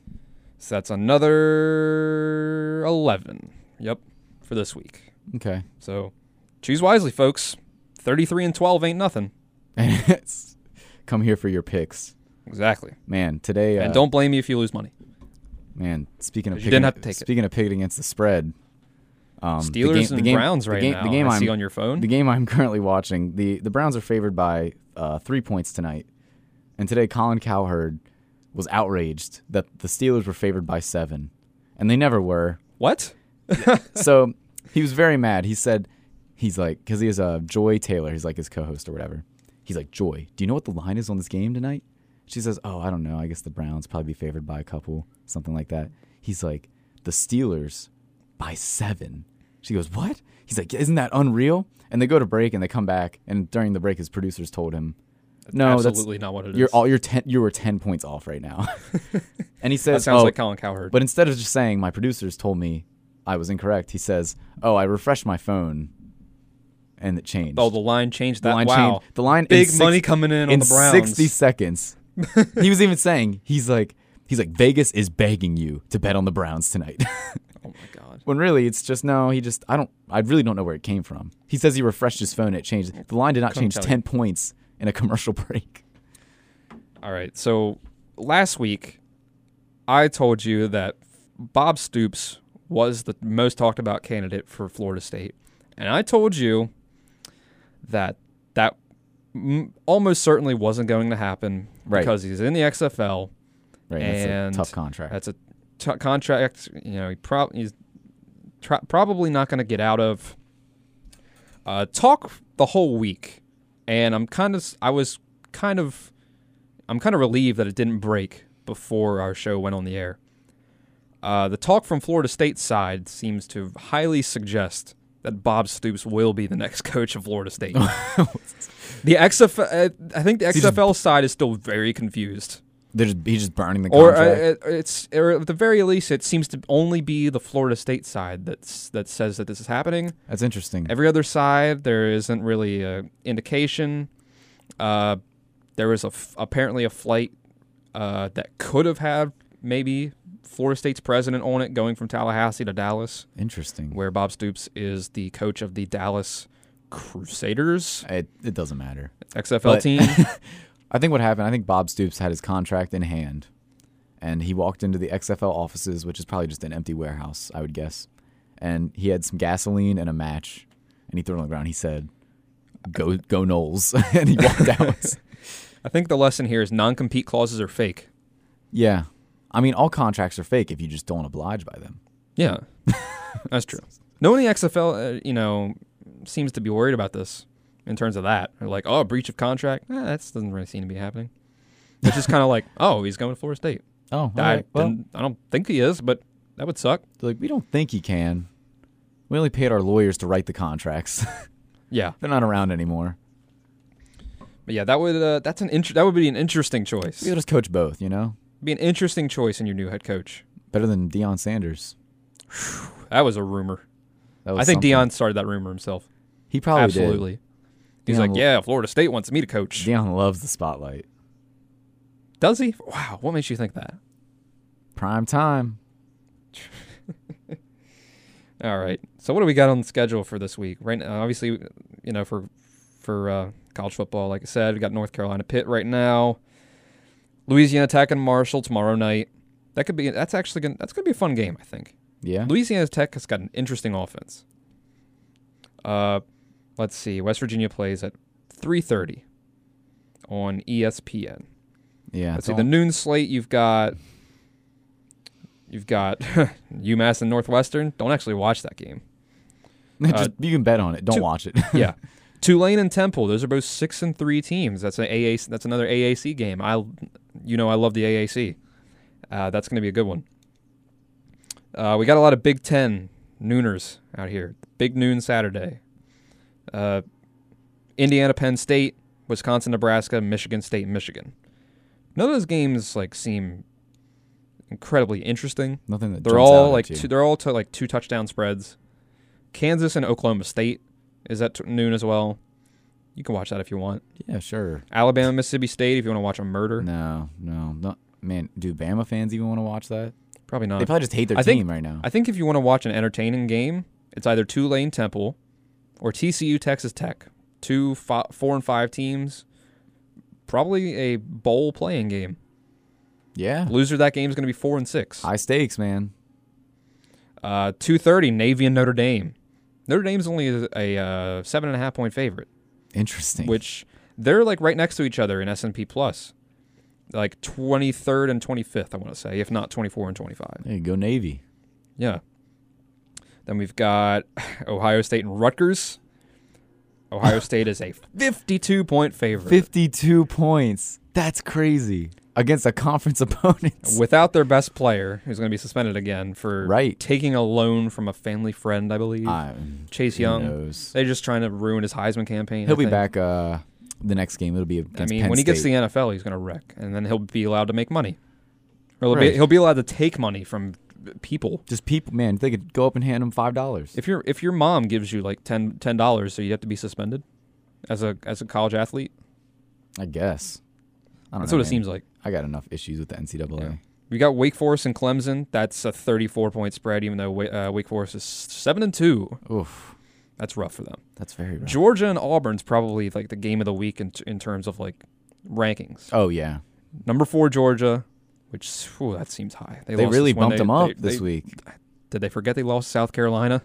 S2: so that's another eleven. Yep, for this week.
S3: Okay.
S2: So choose wisely, folks. Thirty-three and twelve ain't nothing.
S3: It's- Come here for your picks,
S2: Exactly.
S3: man. Today uh,
S2: And don't blame me if you lose money.
S3: Man, speaking of
S2: You
S3: picking,
S2: didn't have to take it.
S3: speaking of picking against the spread, um, the
S2: Steelers
S3: game- the
S2: and
S3: game-
S2: Browns
S3: the
S2: right
S3: game-
S2: now.
S3: The game
S2: I
S3: am
S2: see on your phone.
S3: the game I'm currently watching. the The Browns are favored by uh, three points tonight, and today Colin Cowherd was outraged that the Steelers were favored by seven, and they never were.
S2: What?
S3: so he was very mad. He said, he's like, because he is uh, Joy Taylor. He's like his co-host or whatever. He's like, Joy, do you know what the line is on this game tonight? She says, Oh, I don't know. I guess the Browns probably be favored by a couple, something like that. He's like, the Steelers by seven. She goes, What? He's like, Isn't that unreal? And they go to break and they come back. And during the break, his producers told him, No,
S2: Absolutely not what it
S3: that's, you're
S2: is.
S3: all you're ten, you were ten points off right now. and he
S2: that
S3: says,
S2: sounds
S3: "Oh,
S2: like Colin Cowherd.
S3: but instead of just saying my producers told me I was incorrect, he says, "Oh, I refreshed my phone, and it changed."
S2: oh, the line changed that.
S3: line
S2: wow.
S3: changed. The line in
S2: Big
S3: six-
S2: money coming in, on
S3: in
S2: the Browns.
S3: sixty seconds. he was even saying he's like he's like Vegas is begging you to bet on the Browns tonight.
S2: Oh my god.
S3: when really it's just no. He just I don't I really don't know where it came from. He says he refreshed his phone, and it changed. The line did not
S2: Couldn't
S3: change
S2: tell
S3: ten points in a commercial break.
S2: All right. So last week, I told you that Bob Stoops was the most talked about candidate for Florida State, and I told you that that m- almost certainly wasn't going to happen
S3: Right.
S2: because he's in the XFL.
S3: Right,
S2: And
S3: that's a tough contract.
S2: That's a t- contract. You know, he prob- he's tr- probably not going to get out of. Uh, talk the whole week, and I'm kind of. I was kind of. I'm kind of relieved that it didn't break before our show went on the air. Uh, the talk from Florida State side seems to highly suggest that Bob Stoops will be the next coach of Florida State. the XFL, I think the
S3: he just-
S2: XFL side is still very confused
S3: They're just, he's just burning the
S2: or
S3: contract.
S2: uh, uh, it's or at the very least, it seems to only be the Florida State side that's that says that this is happening.
S3: that's interesting.
S2: Every other side, there isn't really an indication. Uh, there was a f- apparently a flight uh, that could have had maybe Florida State's president on it, going from Tallahassee to Dallas,
S3: interesting.
S2: where Bob Stoops is the coach of the Dallas Crusaders
S3: It it doesn't matter.
S2: XFL
S3: But-
S2: team.
S3: I think what happened, I think Bob Stoops had his contract in hand and he walked into the XFL offices, which is probably just an empty warehouse, I would guess. And he had some gasoline and a match and he threw it on the ground. He said, Go go Knowles and he walked out.
S2: I think the lesson here is non-compete clauses are fake.
S3: yeah. I mean all contracts are fake if you just don't oblige by them.
S2: Yeah, that's true. No one in the XFL, uh, you know, seems to be worried about this in terms of that. They're like, oh, breach of contract. Eh, that doesn't really seem to be happening. Which is kind of like, oh, he's going to Florida State.
S3: Oh, all
S2: I,
S3: right. Well,
S2: didn't- I don't think he is, but that would suck.
S3: they're like we don't think he can. We only paid our lawyers to write the contracts.
S2: Yeah,
S3: They're not around anymore.
S2: but yeah, that would uh, that's an int- that would be an interesting choice.
S3: We'll just coach both, you know?
S2: Be an interesting choice in your new head coach.
S3: Better than Deion Sanders.
S2: That was a rumor.
S3: That was
S2: I think
S3: something. Oh,
S2: Dion started that rumor himself.
S3: He probably did.
S2: Absolutely. He's
S3: Deion
S2: like,
S3: lo-
S2: yeah, Florida State wants me to coach.
S3: Dion loves the spotlight.
S2: Does he? Wow, what makes you think that?
S3: Prime time.
S2: All right. So what do we got on the schedule for this week? Right now, obviously, you know, for for uh, college football, like I said, we got North Carolina Pitt right now. Louisiana Tech and Marshall tomorrow night. That could be. That's actually gonna, that's going to be a fun game, I think.
S3: Yeah.
S2: Louisiana Tech has got an interesting offense. Uh, let's see. West Virginia plays at three thirty on E ESPN.
S3: Yeah.
S2: Let's
S3: it's
S2: see
S3: all-
S2: the noon slate. You've got you've got UMass and Northwestern. Don't actually watch that game.
S3: Just- you can bet on it. Don't
S2: uh, two-
S3: watch it.
S2: yeah. Tulane and Temple, those are both six and three teams. That's an AAC. That's another AAC game. I, you know, I love the AAC. Uh, that's going to be a good one. Uh, we got a lot of Big Ten nooners out here. Big noon Saturday. Uh, Indiana, Penn State, Wisconsin, Nebraska, Michigan State, Michigan. None of those games like seem incredibly interesting.
S3: Nothing that
S2: They're
S3: jumps out
S2: all
S3: at
S2: like
S3: you.
S2: two, they're all to like two touchdown spreads. Kansas and Oklahoma State is at t- noon as well. You can watch that if you want.
S3: yeah, sure.
S2: Alabama, Mississippi State, if you want to watch a murder,
S3: No, no, no. Man, do Bama fans even want to watch that?
S2: probably not.
S3: They probably just hate their
S2: Uh, I
S3: team
S2: think-
S3: right now.
S2: I think if you want to watch an entertaining game, it's either Tulane Temple or TCU Texas Tech. Two fi- four and five teams, probably a bowl playing game.
S3: yeah.
S2: Loser of that game is going to be four and six.
S3: High stakes, man.
S2: Uh, two thirty Navy and Notre Dame. Notre Dame's only a, a uh, seven and a half point favorite.
S3: Interesting.
S2: which they're like right next to each other in S&P plus. like 23rd and 25th, I want to say, if not 24 and 25.
S3: There you go, Navy.
S2: Yeah. Then we've got Ohio State and Rutgers. Ohio State is a 52 point favorite.
S3: 52 points. That's crazy. Against a conference opponent.
S2: Without their best player, who's going to be suspended again for
S3: Right.
S2: taking a loan from a family friend, I believe.
S3: I'm-
S2: Chase
S3: who
S2: Young.
S3: knows?
S2: They're just trying to ruin his Heisman campaign.
S3: He'll
S2: I
S3: be
S2: think.
S3: back uh, the next game. It'll be against
S2: I mean,
S3: Penn
S2: when he gets to
S3: State.
S2: the NFL, he's going to wreck, and then he'll be allowed to make money. Or he'll,
S3: Right.
S2: be, he'll be allowed to take money from people.
S3: just people, man. If they could go up and hand him five dollars.
S2: If your if your mom gives you like 10 dollars, so you have to be suspended as a as a college athlete.
S3: I guess. I don't
S2: That's
S3: know,
S2: what it
S3: man.
S2: seems like.
S3: I got enough issues with the NCAA.
S2: Yeah. We got Wake Forest and Clemson. That's a 34 point spread, even though Wa- uh, Wake Forest is seven and two.
S3: Oof,
S2: That's rough for them.
S3: that's very rough.
S2: Georgia and Auburn's probably like the game of the week in in terms of like rankings.
S3: Oh yeah,
S2: Number four Georgia, which whew, that seems high.
S3: they,
S2: lost
S3: really
S2: this one.
S3: bumped
S2: They-
S3: him up
S2: they-
S3: this
S2: they-
S3: week.
S2: Did they forget they lost South Carolina?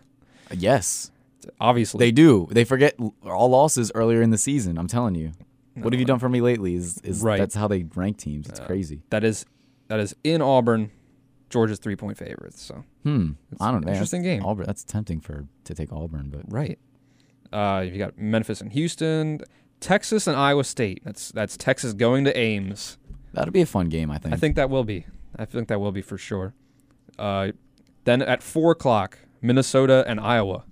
S3: Yes,
S2: Obviously,
S3: they do. They forget l- all losses earlier in the season. I'm telling you.
S2: No,
S3: what have you done for me lately? Is, is
S2: Right.
S3: that's how they rank teams? It's crazy.
S2: that is that is in Auburn. Georgia's three point favorites. So
S3: Hmm. I don't know.
S2: interesting
S3: that's,
S2: game.
S3: Auburn. That's tempting for to take Auburn, but
S2: Right. Uh, you got Memphis and Houston, Texas and Iowa State. That's that's Texas going to Ames.
S3: that'll be a fun game. I think.
S2: I think that will be. I think that will be for sure. Uh, then at four o'clock, Minnesota and Iowa.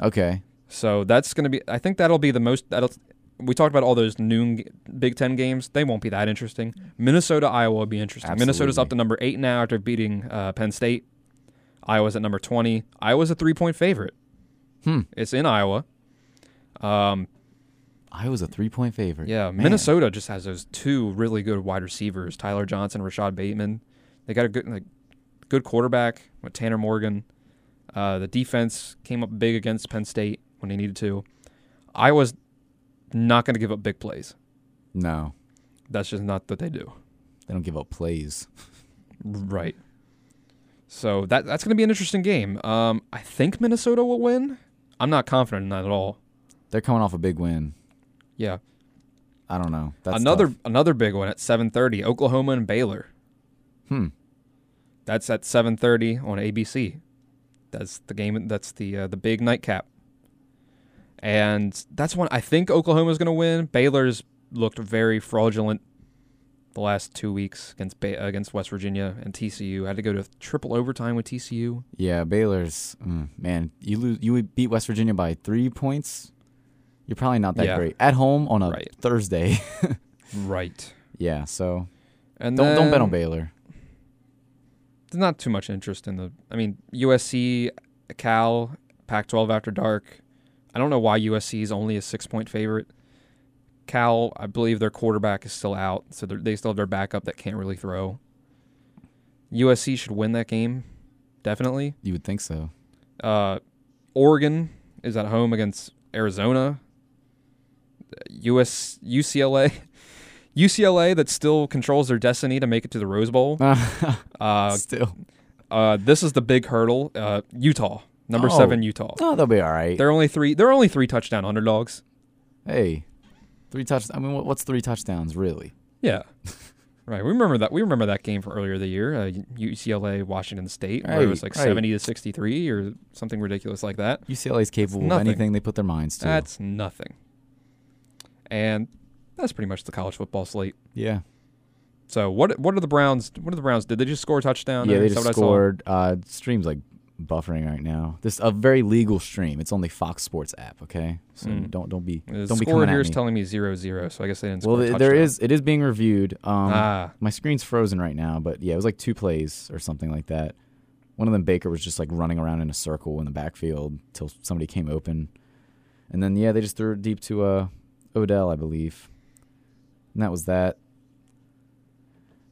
S3: Okay.
S2: So that's going to be. I think that'll be the most. That'll. We talked about all those noon g- Big Ten games. They won't be that interesting. Minnesota, Iowa will be interesting. Minnesota's up to
S3: Absolutely.
S2: number eight now after beating uh, Penn State. Iowa's at number twenty. Iowa's a three point favorite.
S3: Hmm.
S2: It's in Iowa. Um,
S3: Iowa's a three point favorite.
S2: Yeah,
S3: Man.
S2: Minnesota just has those two really good wide receivers, Tyler Johnson, Rashad Bateman. They got a good like good quarterback with Tanner Morgan. Uh, the defense came up big against Penn State when they needed to. Iowa's not going to give up big plays.
S3: No,
S2: That's just not what they do.
S3: they don't give up plays.
S2: Right. So that that's going to be an interesting game. Um, I think Minnesota will win. I'm not confident in that at all.
S3: They're coming off a big win.
S2: Yeah.
S3: I don't know. That's
S2: another
S3: tough.
S2: another big one at 7:30, Oklahoma and Baylor.
S3: Hmm.
S2: That's at 7:30 on ABC. That's the game. That's the uh, the big nightcap. And that's one I think Oklahoma's going to win. Baylor's looked very fraudulent the last two weeks against ba- against West Virginia and TCU. Had to go to triple overtime with TCU.
S3: Yeah, Baylor's mm, man. You lose. You would beat West Virginia by three points. You're probably not that
S2: Yeah.
S3: great at home on a
S2: Right.
S3: Thursday.
S2: Right.
S3: yeah, so
S2: And
S3: don't don't bet
S2: then-
S3: on Baylor.
S2: There's not too much interest in the. I mean, USC, Cal, Pac-12 after dark. I don't know why USC is only a six-point favorite. Cal, I believe their quarterback is still out, so they're- they still have their backup that can't really throw. USC should win that game, definitely.
S3: You would think so.
S2: Uh, Oregon is at home against Arizona. US UCLA, UCLA that still controls their destiny to make it to the Rose Bowl. Uh,
S3: Still,
S2: uh, this is the big hurdle. Uh, Utah, number
S3: Oh.
S2: seven, Utah.
S3: oh, they'll be all right.
S2: They're only three. They're only three touchdown underdogs.
S3: Hey, three touchdowns. I mean, what, what's three touchdowns really?
S2: Yeah, right. We remember that. We remember that game from earlier in the year, uh, UCLA, Washington State, where it was
S3: Right,
S2: like
S3: right.
S2: seventy to sixty-three or something ridiculous like that.
S3: UCLA's capable of
S2: nothing.
S3: anything they put their minds to.
S2: That's nothing. And that's pretty much the college football slate.
S3: yeah,
S2: So what? What are the Browns? What are the Browns? Did they just score a touchdown?
S3: yeah.
S2: Or
S3: They
S2: is that
S3: just
S2: what I saw?
S3: scored. Uh, streams like buffering right now. This a very legal stream. It's on the Fox Sports app. Okay, so
S2: Mm.
S3: don't don't be
S2: The
S3: don't be
S2: score
S3: coming
S2: here
S3: at
S2: is
S3: me.
S2: telling me zero zero. So I guess they didn't.
S3: Well,
S2: score a
S3: th- there
S2: touchdown.
S3: is. It is being reviewed. Um,
S2: ah,
S3: my screen's frozen right now, but yeah, it was like two plays or something like that. One of them, Baker was just like running around in a circle in the backfield till somebody came open, and then yeah, they just threw it deep to uh, Odell, I believe, and that was that.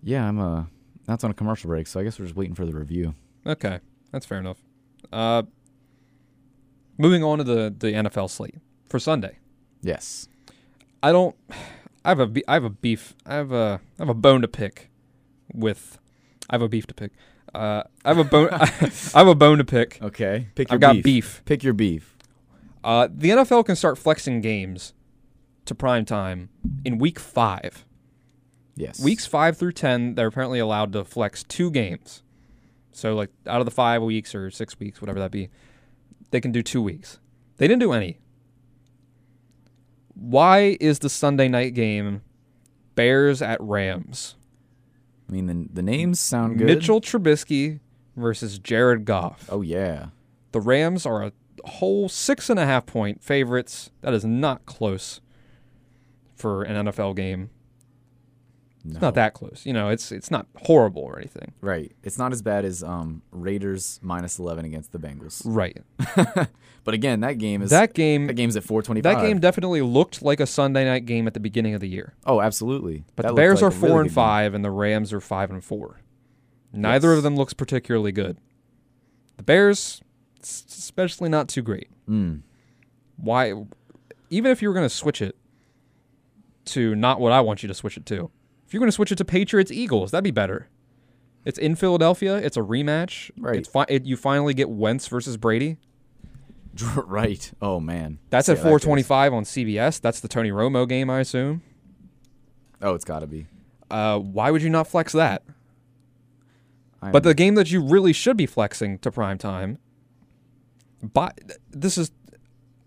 S3: Yeah, I'm uh, that's on a commercial break, so I guess we're just waiting for the review.
S2: Okay, that's fair enough. Uh, moving on to the the NFL slate for Sunday.
S3: Yes,
S2: I don't. I have a be- I have a beef. I have a I have a bone to pick with. I have a beef to pick. Uh, I have a bone. I have a bone to pick.
S3: okay, pick your
S2: I've got beef.
S3: Pick your beef.
S2: Uh, the NFL can start flexing games to prime time in week five.
S3: Yes.
S2: Weeks five through ten, they're apparently allowed to flex two games. So like out of the five weeks or six weeks, whatever that be, they can do two weeks. They didn't do any. Why is the Sunday night game Bears at Rams?
S3: I mean, the, the names sound good.
S2: Mitchell Trubisky versus Jared Goff.
S3: Oh yeah.
S2: The Rams are a whole six and a half point favorites. That is not close for an NFL game. It's
S3: No.
S2: not that close. You know, it's it's not horrible or anything.
S3: Right. It's not as bad as um, Raiders minus eleven against the Bengals.
S2: Right.
S3: But again, that game is
S2: That game
S3: that game's at four twenty
S2: that
S3: five.
S2: game definitely looked like a Sunday night game at the beginning of the year.
S3: Oh, absolutely.
S2: But
S3: That
S2: the
S3: looked
S2: Bears
S3: like
S2: are
S3: a
S2: four
S3: really
S2: and
S3: good game.
S2: five, and the Rams are five and four. Neither
S3: Yes.
S2: of them looks particularly good. The Bears, s- especially, not too great.
S3: Mm.
S2: Why? Even if you were going to switch it to not what I want you to switch it to, if you're going to switch it to Patriots Eagles, that'd be better. It's in Philadelphia. It's a rematch.
S3: Right.
S2: It's fi- it, you finally get Wentz versus Brady.
S3: right. Oh man.
S2: That's
S3: Yeah,
S2: at
S3: that goes-
S2: 425 on CBS. That's the Tony Romo game, I assume.
S3: Oh, it's got to be.
S2: Uh, why would you not flex that?
S3: I
S2: But
S3: am-
S2: the game that you really should be flexing to prime time, bi- this is,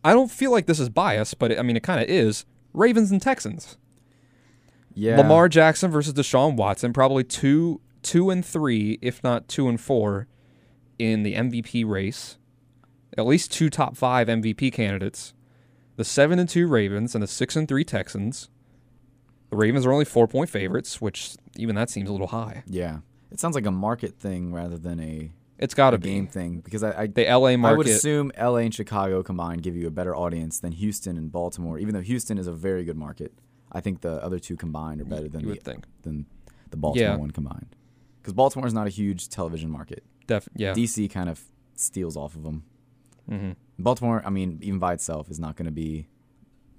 S2: I don't feel like this is biased, but it, I mean, it kind of is. Ravens and Texans.
S3: yeah.
S2: Lamar Jackson versus Deshaun Watson, probably two, two and three, if not two and four, in the MVP race. At least two top five MVP candidates. The seven and two Ravens and the six and three Texans. The Ravens are only four point favorites, which even that seems a little high.
S3: Yeah. It sounds like a market thing rather than a,
S2: It's got to
S3: a
S2: be
S3: game thing because I I,
S2: the LA
S3: I would
S2: market.
S3: assume LA and Chicago combined give you a better audience than Houston and Baltimore. Even though Houston is a very good market, I think the other two combined are better than
S2: you
S3: the
S2: would think.
S3: than the Baltimore
S2: Yeah.
S3: one combined. Because Baltimore is not a huge television market.
S2: Def- yeah.
S3: DC kind of steals off of them.
S2: hmm
S3: Baltimore, I mean, even by itself, is not going to be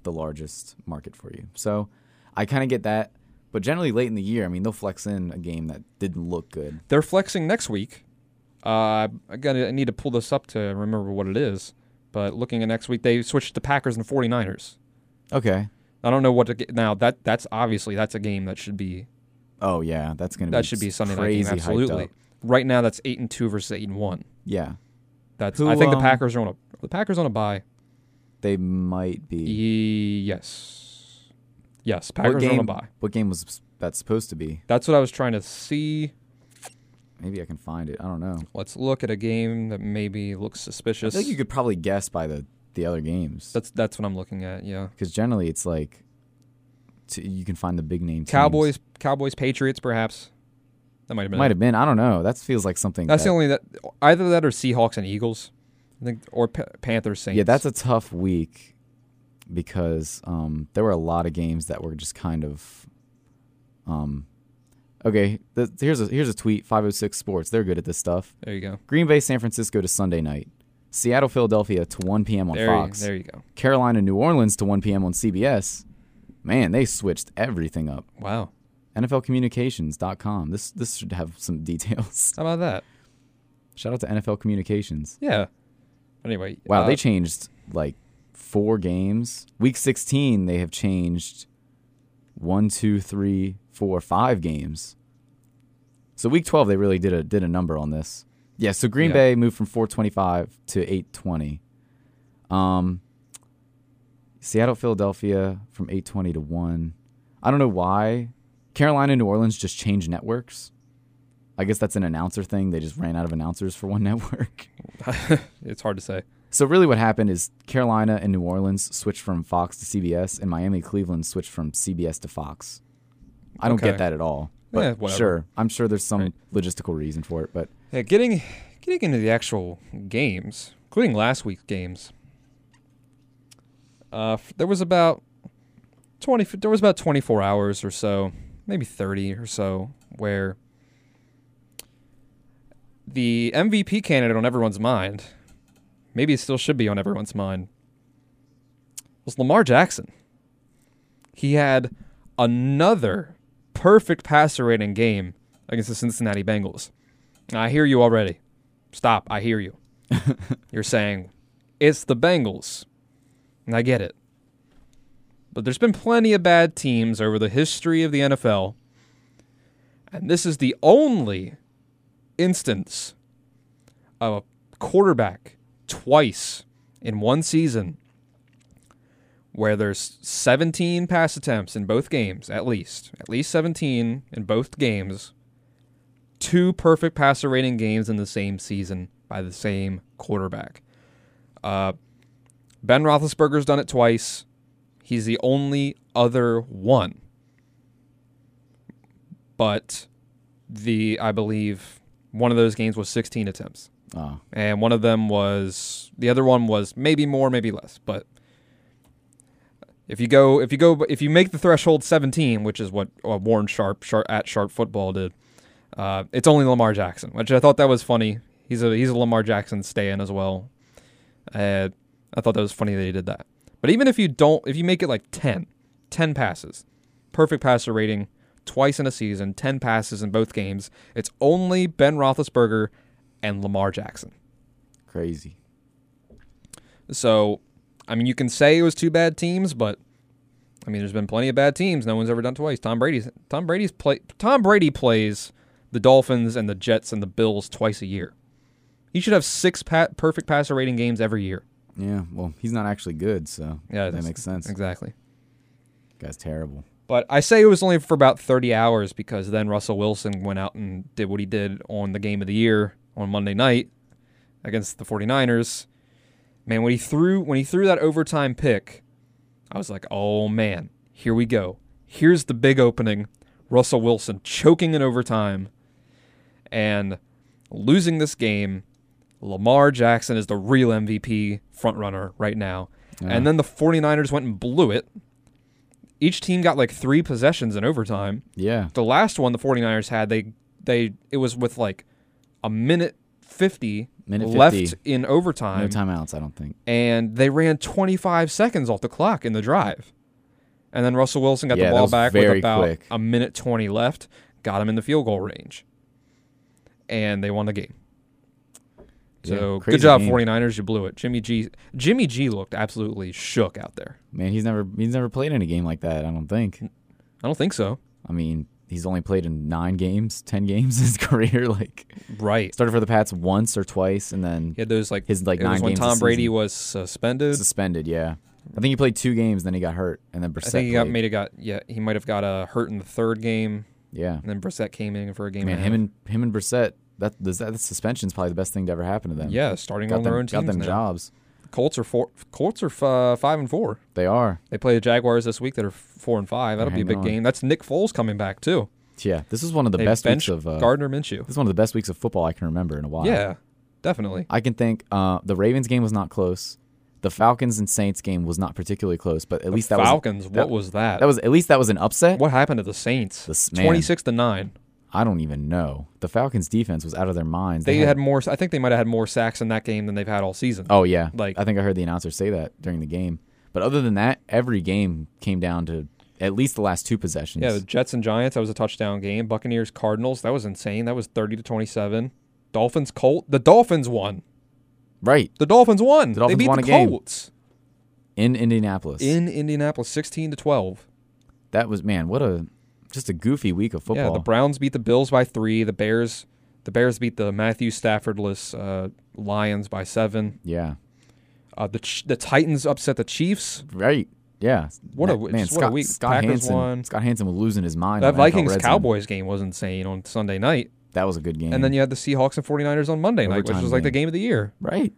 S3: the largest market for you. So I kind of get that. But generally, late in the year, I mean, they'll flex in a game that didn't look good.
S2: They're flexing next week. Uh, I gotta I need to pull this up to remember what it is. But looking at next week, they switched to Packers and 49ers.
S3: Okay.
S2: I don't know what to get now. That that's obviously that's a game that should be
S3: Oh yeah, that's going to be
S2: that should be a Sunday night game.
S3: crazy hyped
S2: Absolutely.
S3: up.
S2: Right now, that's eight and two versus eight and one.
S3: Yeah,
S2: That's
S3: Who,
S2: I think the
S3: um,
S2: Packers are on a the Packers on a bye.
S3: they might be.
S2: Ye- yes, yes, Packers are on a
S3: game?
S2: bye.
S3: What game was that supposed to be?
S2: That's what I was trying to see.
S3: Maybe I can find it. I don't know.
S2: Let's look at a game that maybe looks
S3: I
S2: suspicious.
S3: think you could probably guess by the the other games
S2: That's that's what I'm looking at. Yeah.
S3: because generally it's like t- you can find the big name. teams.
S2: Cowboys, Cowboys, Patriots, perhaps. That might have been.
S3: might
S2: it.
S3: have been. I don't know. That feels like something.
S2: That's
S3: that-
S2: the only that either that or Seahawks and Eagles, I think, or pa- Panthers Saints.
S3: Yeah, that's a tough week because um, there were a lot of games that were just kind of. Um, okay, th- here's a here's a tweet. Five hundred six Sports. They're good at this stuff.
S2: there you go.
S3: Green Bay, San Francisco to Sunday night. Seattle, Philadelphia to 1 p.m. on
S2: There, you-
S3: Fox.
S2: there you go.
S3: Carolina, New Orleans to 1 p.m. on CBS. Man, they switched everything up.
S2: Wow,
S3: NFLcommunications.com. This this should have some details.
S2: how about that?
S3: Shout out to NFL Communications.
S2: Yeah. Anyway,
S3: Wow,
S2: uh,
S3: they changed like four games. Week 16, they have changed one, two, three, four, five games. So week 12, they really did a did a number on this. Yeah, so Green
S2: Yeah.
S3: Bay moved from 425 to 820. Um, Seattle, Philadelphia from 820 to 1. I don't know why. Carolina, New Orleans just changed networks. I guess that's an announcer thing. They just ran out of announcers for one network.
S2: it's hard to say.
S3: So really, what happened is Carolina and New Orleans switched from Fox to CBS, and Miami, Cleveland switched from CBS to Fox. I don't
S2: Okay.
S3: get that at all.
S2: Yeah,
S3: But
S2: whatever.
S3: sure, I'm sure there's some
S2: Right.
S3: logistical reason for it. But
S2: Yeah, getting getting into the actual games, including last week's games. Uh, f- there was about twenty. f- There was about twenty four hours or so, maybe thirty or so, where the MVP candidate on everyone's mind, maybe it still should be on everyone's mind, was Lamar Jackson. He had another perfect passer rating game against the Cincinnati Bengals. I hear you already. Stop. I hear you. You're saying it's the Bengals. And I get it. But there's been plenty of bad teams over the history of the NFL And this is the only instance of a quarterback twice in one season where there's 17 pass attempts in both games, at least, at least 17 in both games, two perfect passer rating games in the same season by the same quarterback. Uh, ben Roethlisberger's done it twice. He's the only other one. But the I believe one of those games was 16 attempts,
S3: Oh,
S2: and one of them was the other one was maybe more, maybe less. But if you go, if you go, if you make the threshold 17, which is what uh, Warren Sharp, Sharp at Sharp Football did, uh, it's only Lamar Jackson, which I thought that was funny. He's a he's a Lamar Jackson stay-in as well. Uh, I thought that was funny that he did that. But even if you don't, if you make it like 10, 10 passes, perfect passer rating, twice in a season, 10 passes in both games, it's only Ben Roethlisberger and Lamar Jackson.
S3: crazy.
S2: So, I mean, you can say it was two bad teams, but I mean, there's been plenty of bad teams. No one's ever done twice. Tom Brady's Tom Brady's play. Tom Brady plays the Dolphins and the Jets and the Bills twice a year. He should have six pa- perfect passer rating games every year.
S3: Yeah, well, he's not actually good, so
S2: Yeah,
S3: that
S2: that's-
S3: makes sense.
S2: Exactly.
S3: Guy's terrible.
S2: But I say it was only for about 30 hours because then Russell Wilson went out and did what he did on the game of the year on Monday night against the 49ers. Man, when he threw when he threw that overtime pick, I was like, "Oh man, here we go. Here's the big opening. Russell Wilson choking in overtime and losing this game. Lamar Jackson is the real MVP frontrunner right now.
S3: Yeah.
S2: And then the 49ers went and blew it each team got like three possessions in overtime.
S3: Yeah,
S2: The last one the 49ers had, they they it was with like a minute 50
S3: Minute
S2: left
S3: 50.
S2: in overtime
S3: no timeouts, I don't think.
S2: and they ran 25 seconds off the clock in the drive. And then Russell Wilson got
S3: Yeah,
S2: the
S3: that
S2: ball
S3: was
S2: back with
S3: very
S2: about
S3: quick.
S2: a minute 20 left, got him in the field goal range. And they won the game.
S3: Yeah,
S2: So good
S3: crazy
S2: job
S3: game.
S2: 49ers, you blew it. Jimmy G Jimmy G looked absolutely shook out there.
S3: Man, he's never he's never played in a game like that. I don't think.
S2: Mm. I don't think so.
S3: I mean, he's only played in nine games, ten games in his career. Like
S2: Right.
S3: started for the Pats once or twice, and then
S2: He had those like
S3: His, like,
S2: it was
S3: nine
S2: when
S3: games
S2: Tom
S3: this
S2: Brady
S3: season.
S2: was suspended.
S3: suspended. Yeah, I think he played two games, then he got hurt, and then Brissett
S2: I think he got
S3: played.
S2: made a got yeah he might have got uh, hurt in the third game
S3: Yeah,
S2: and then Brissett came in for a game.
S3: man,
S2: and a
S3: him
S2: half.
S3: and him and Brissett. That does that, that suspension's probably the best thing to ever happen to them.
S2: yeah starting
S3: got
S2: on
S3: them,
S2: their own teams
S3: got them
S2: now.
S3: jobs.
S2: Colts are four Colts are uh, five and four.
S3: They are.
S2: They play the Jaguars this week that are four and five. That'll be a
S3: hanging
S2: big
S3: on.
S2: game. That's Nick Foles coming back too.
S3: Yeah, this is one of the
S2: They
S3: best weeks
S2: benched
S3: of uh,
S2: Gardner Minshew.
S3: this is one of the best weeks of football I can remember in a while.
S2: Yeah, definitely.
S3: I can think uh, the Ravens game was not close. The Falcons and Saints game was not particularly close, but at least that
S2: Falcons.
S3: was
S2: what was that?
S3: that was at least that was an upset.
S2: what happened to the Saints?
S3: This- man.
S2: Twenty six to nine.
S3: I don't even know. The Falcons defense was out of their minds.
S2: They had more. I think they might have had more sacks in that game than they've had all season.
S3: oh yeah,
S2: like-
S3: I think I heard the announcer say that during the game. But other than that, every game came down to at least the last two possessions.
S2: Yeah, the Jets and Giants. That was a touchdown game. Buccaneers Cardinals. That was insane. That was thirty to twenty seven. Dolphins Colt. The Dolphins won.
S3: right
S2: The Dolphins won.
S3: The Dolphins
S2: they beat
S3: won
S2: the
S3: a game.
S2: Colts
S3: in Indianapolis.
S2: in Indianapolis, sixteen to twelve.
S3: that was man, what a just a goofy week of football.
S2: Yeah, the Browns beat the Bills by three. The Bears. The Bears beat the Matthew Staffordless uh, Lions by seven.
S3: yeah,
S2: Uh, the Ch- the Titans upset the Chiefs.
S3: right. Yeah,
S2: What a-
S3: man,
S2: just what a
S3: Scott,
S2: week.
S3: Scott
S2: Packers
S3: Hansen,
S2: won.
S3: Scott Hansen was losing his mind.
S2: That
S3: on NFL
S2: Vikings
S3: Red Zone.
S2: Cowboys game was insane on Sunday night,
S3: That was a good game.
S2: and then you had the Seahawks and 49ers on Monday night, which
S3: Mm. Overtime
S2: was like the
S3: game.
S2: game of the year.
S3: Right.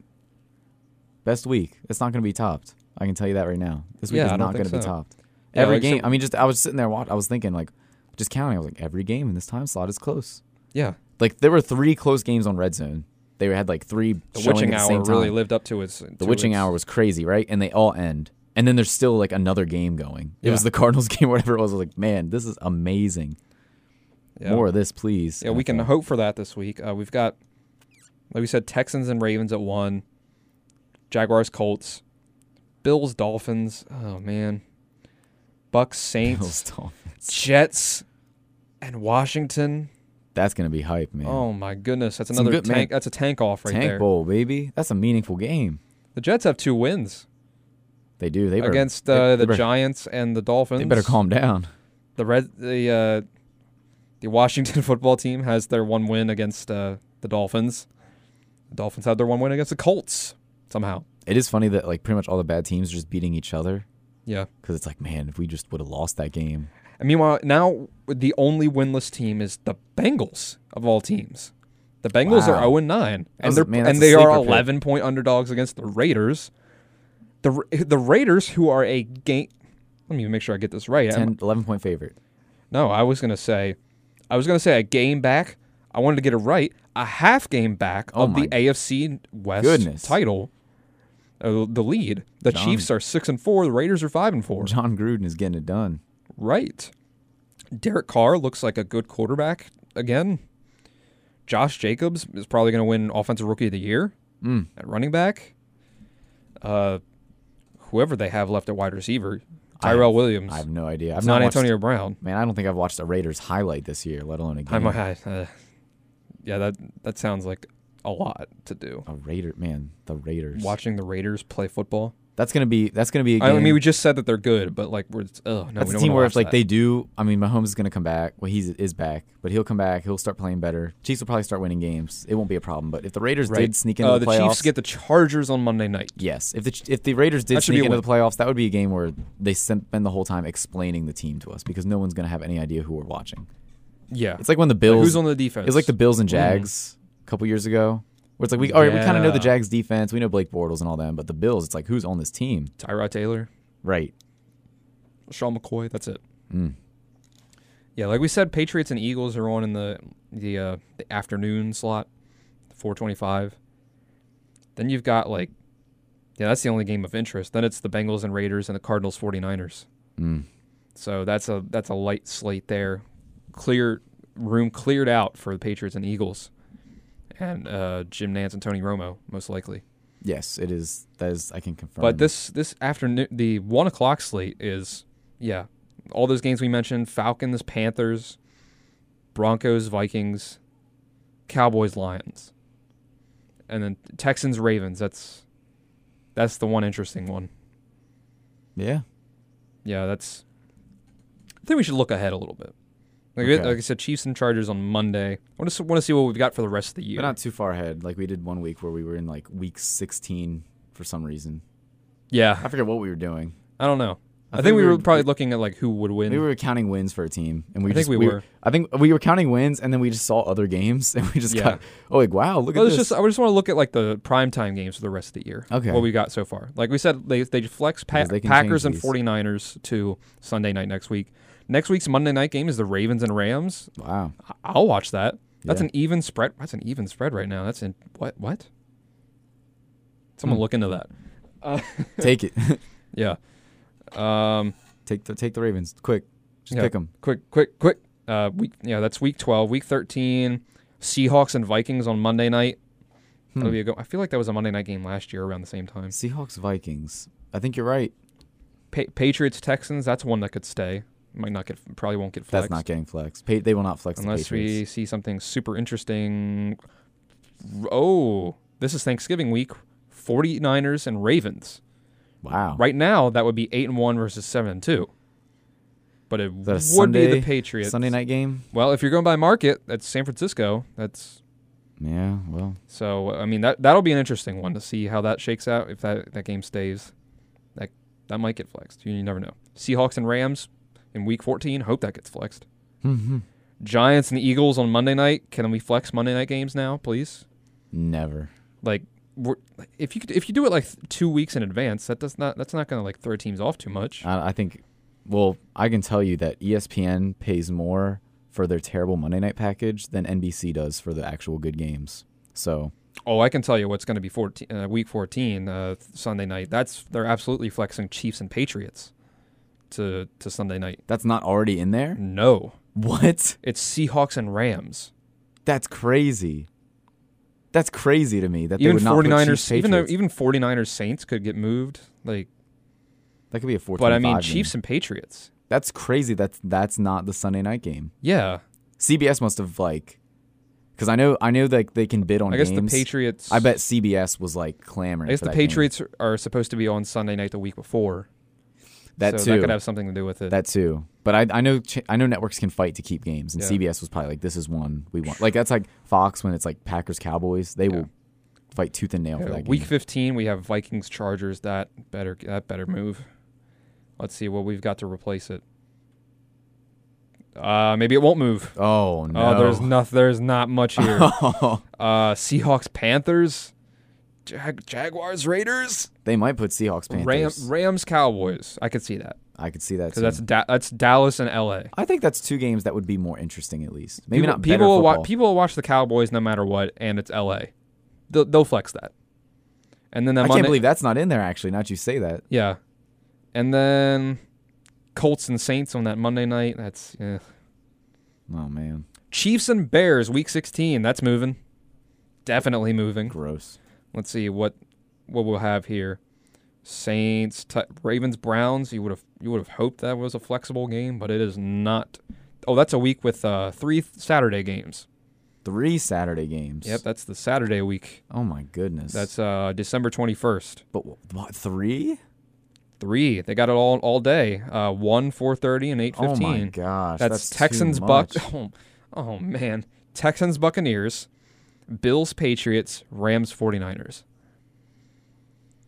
S3: Best week. It's not going to be topped. I can tell you that right now. This week
S2: Yeah, I
S3: is
S2: don't
S3: not going
S2: think
S3: to be
S2: so.
S3: topped.
S2: Yeah,
S3: every
S2: like, so-
S3: game. I mean, just I was sitting there watching. I was thinking like, just counting. I was like, every game in this time slot is close.
S2: Yeah,
S3: Like there were three close games on Red Zone. They had like three.
S2: the
S3: showing
S2: witching
S3: at the
S2: hour
S3: same time.
S2: really lived up to its.
S3: The witching
S2: its,
S3: hour was crazy, right? And they all end. And then there's still like another game going. It was
S2: Yeah.
S3: the Cardinals game, whatever it was. I was like, man, this is amazing.
S2: Yeah.
S3: More of this, please.
S2: Yeah, we can
S3: NFL.
S2: hope for that this week. Uh, we've got, like we said, Texans and Ravens at one, Jaguars, Colts, Bills, Dolphins. Oh man, Bucks, Saints,
S3: Bills, Dolphins.
S2: Jets, and Washington.
S3: That's gonna be hype, man.
S2: Oh my goodness, that's
S3: Some
S2: another
S3: good- man,
S2: tank. That's a tank off right
S3: Tank
S2: there.
S3: Bowl, baby. That's a meaningful game.
S2: The Jets have two wins
S3: They do. They better,
S2: against
S3: they-
S2: uh,
S3: they
S2: the
S3: better-
S2: Giants and the Dolphins.
S3: They better calm down.
S2: the red the. Uh, The Washington football team has their one win against uh, the Dolphins. The Dolphins had their one win against the Colts somehow.
S3: It is funny that like pretty much all the bad teams are just beating each other
S2: Yeah.
S3: because it's like, man, if we just would have lost that game,
S2: And meanwhile, now the only winless team is the Bengals of all teams. The Bengals
S3: Wow.
S2: are 0 9,
S3: That's-
S2: and they're
S3: man,
S2: and
S3: that's a
S2: they are
S3: sleeper pick.
S2: 11 point underdogs against the Raiders. The Ra- the Raiders, who are a game. Let me make sure I get this right. I'm-
S3: 10, 11 point favorite.
S2: no, I was gonna say, I was gonna say a game back. I wanted to get it right. A half game back
S3: Oh
S2: of the
S3: my
S2: AFC West
S3: goodness.
S2: title. Uh, the lead. The
S3: John.
S2: Chiefs are six and four. The Raiders are five and four.
S3: John Gruden is getting it done.
S2: Right. Derek Carr looks like a good quarterback again. Josh Jacobs is probably going to win Offensive Rookie of the Year
S3: Mm.
S2: at running back. Uh, whoever they have left at wide receiver,
S3: I have-
S2: Tyrell Williams,
S3: I have no idea. I've
S2: it's not,
S3: watched-
S2: Antonio Brown.
S3: Man, I don't think I've watched a Raiders highlight this year, let alone a
S2: I'm
S3: game.
S2: uh, yeah, that that sounds like a lot to do.
S3: a Raider, man, the Raiders.
S2: Watching the Raiders play football.
S3: That's gonna be that's gonna be a game.
S2: I mean, we just said that they're good, but like we're oh no,
S3: that's
S2: we
S3: a
S2: don't
S3: team
S2: wanna
S3: where
S2: watch
S3: if like
S2: that.
S3: they do, I mean, Mahomes is gonna come back. Well, he's is back, but he'll come back. He'll start playing better. Chiefs will probably start winning games. It won't be a problem. But if the Raiders
S2: Right.
S3: did sneak into
S2: Uh,
S3: the
S2: the
S3: playoffs,
S2: Chiefs get the Chargers on Monday night.
S3: yes. If the Ch- if the Raiders did
S2: That should be
S3: sneak
S2: a
S3: into
S2: win.
S3: the playoffs, that would be a game where they spend the whole time explaining the team to us because no one's gonna have any idea who we're watching.
S2: Yeah,
S3: It's like when the Bills.
S2: who's on the defense?
S3: It's like the Bills and Jags a couple years ago, where it's like we all right, we kind of know the
S2: Yeah.
S3: Jags defense, we know Blake Bortles and all them, but the Bills, it's like who's on this team,
S2: Tyrod Taylor,
S3: right?
S2: Sean McCoy. That's it.
S3: Mm.
S2: Yeah, like we said, Patriots and Eagles are on in the the uh, the afternoon slot, four twenty five. Then you've got like, yeah, that's the only game of interest. Then it's the Bengals and Raiders and the Cardinals 49ers.
S3: Mm.
S2: So that's a that's a light slate there. Clear room cleared out for the Patriots and Eagles, and uh, Jim Nance and Tony Romo most likely.
S3: Yes, it is. That is, I can confirm.
S2: But this this afternoon, the one o'clock slate is yeah, all those games we mentioned: Falcons, Panthers, Broncos, Vikings, Cowboys, Lions, and then Texans, Ravens. That's that's the one interesting one.
S3: yeah,
S2: Yeah, that's. I think we should look ahead a little bit. Like,
S3: Okay.
S2: like I said, Chiefs and Chargers on Monday. I want to want to see what we've got for the rest of the year.
S3: but not too far ahead. Like we did one week where we were in like week sixteen for some reason. I
S2: yeah,
S3: forget what we were doing.
S2: I don't know. I,
S3: I think
S2: think, we
S3: we
S2: were
S3: were-
S2: probably looking at like who would win.
S3: We were counting wins for a team, and we
S2: I think
S3: just,
S2: we were.
S3: I think we were counting wins, and then we just saw other games, and we just
S2: Yeah.
S3: got oh like wow, look
S2: Well,
S3: at
S2: it's
S3: this.
S2: just I just want to look at like the primetime games for the rest of the year.
S3: Okay.
S2: What we got so far. Like we said, they they flex pa-
S3: Because they can change
S2: Packers and
S3: these.
S2: 49ers to Sunday night next week. Next week's Monday night game is the Ravens and Rams.
S3: wow,
S2: I- I'll watch that. That's
S3: Yeah.
S2: an even spread. That's an even spread right now. That's in what what?
S3: Hmm.
S2: Someone look into that.
S3: take it,
S2: Yeah. Um.
S3: take the take the Ravens quick, just
S2: Yeah.
S3: pick 'em.
S2: Quick, quick, quick. Uh. Week. Yeah. That's week 12. Week 13. Seahawks and Vikings on Monday night.
S3: Hmm.
S2: That'll be a go. I feel like that was a Monday night game last year around the same time.
S3: pick them. Seahawks Vikings. I think you're right.
S2: Pa- Patriots Texans. That's one that could stay. Might not get. Probably won't get flexed
S3: That's not getting flexed. Pa- they will not flex the
S2: unless
S3: Patriots.
S2: we see something super interesting. Oh, this is Thanksgiving week. 49ers and Ravens.
S3: wow.
S2: Right now, that would be eight and one versus seven and two. But it
S3: Is that a
S2: would
S3: Sunday,
S2: be the Patriots.
S3: Sunday night game?
S2: Well, if you're going by market, that's San Francisco. That's
S3: Yeah, well,
S2: so. I mean that that'll be an interesting one to see how that shakes out. If that that game stays, that that might get flexed. You, you never know. Seahawks and Rams in Week 14. Hope that gets flexed. Giants and Eagles on Monday night. Can we flex Monday night games now, please?
S3: never.
S2: Like, we're, if you could, if you do it like two weeks in advance, that does not that's not going to like throw teams off too much.
S3: I, I think, well, I can tell you that E ESPN pays more for their terrible Monday night package than NBC does for the actual good games. So,
S2: Oh, I can tell you what's going to be 14, uh, week 14 uh, Sunday night. That's they're absolutely flexing Chiefs and Patriots to to Sunday night.
S3: that's not already in there?
S2: No,
S3: What?
S2: it's Seahawks and Rams.
S3: That's crazy. That's crazy to me that
S2: Even
S3: they would not
S2: 49ers,
S3: put
S2: even though
S3: Chiefs Patriots.
S2: even 49ers Saints could get moved like
S3: that could be a 4
S2: but I mean Chiefs and Patriots.
S3: That's crazy that's that's not the Sunday night game.
S2: Yeah.
S3: CBS must have like cuz I know I know like they can bid on
S2: I guess
S3: games.
S2: the Patriots
S3: I bet CBS was like clamoring.
S2: I guess
S3: for
S2: the
S3: that game.
S2: Patriots are supposed to be on Sunday night the week before.
S3: That
S2: so
S3: too.
S2: that could have something to do with it.
S3: That too. But I, I know ch- I know networks can fight to keep games, and
S2: Yeah.
S3: CBS was probably like, "This is one we want." Like that's like Fox when it's like Packers Cowboys, they will fight tooth and nail
S2: Yeah,
S3: for that
S2: week
S3: game.
S2: 15, we have Vikings Chargers. That better that better move. Let's see what we've got to replace it. Uh, maybe it won't move.
S3: oh no!
S2: Oh, there's not there's not much here. uh, Seahawks Panthers, Jag- Jaguars Raiders,
S3: they might put Seahawks
S2: Ram-
S3: Panthers.
S2: Rams Cowboys. I could see that
S3: I could see that. Too.
S2: because that's da- that's Dallas and L.A.
S3: I think that's two games that would be more interesting at least. Maybe
S2: people,
S3: not better
S2: people will
S3: football.
S2: watch people will watch the Cowboys no matter what, and it's L.A. They'll, they'll flex that. And then that
S3: I
S2: Monday,
S3: can't believe that's not in there. Actually, now that you say that,
S2: Yeah. And then Colts and Saints on that Monday night. That's yeah.
S3: oh man,
S2: Chiefs and Bears week 16. That's moving. Definitely moving.
S3: gross.
S2: Let's see what what we'll have here. Saints, t- Ravens, Browns. You would have you would have hoped that was a flexible game, but it is not. Oh, that's a week with uh, three Saturday games.
S3: Three Saturday games.
S2: Yep, that's the Saturday week.
S3: Oh my goodness.
S2: That's uh, December 21st.
S3: but what, three?
S2: Three. They got it all all day. Uh, one, 4:30, and 8:15.
S3: Oh my gosh.
S2: That's,
S3: too
S2: Texans
S3: much.
S2: Buck. Oh, oh, man, Texans Buccaneers, Bills Patriots, Rams 49ers.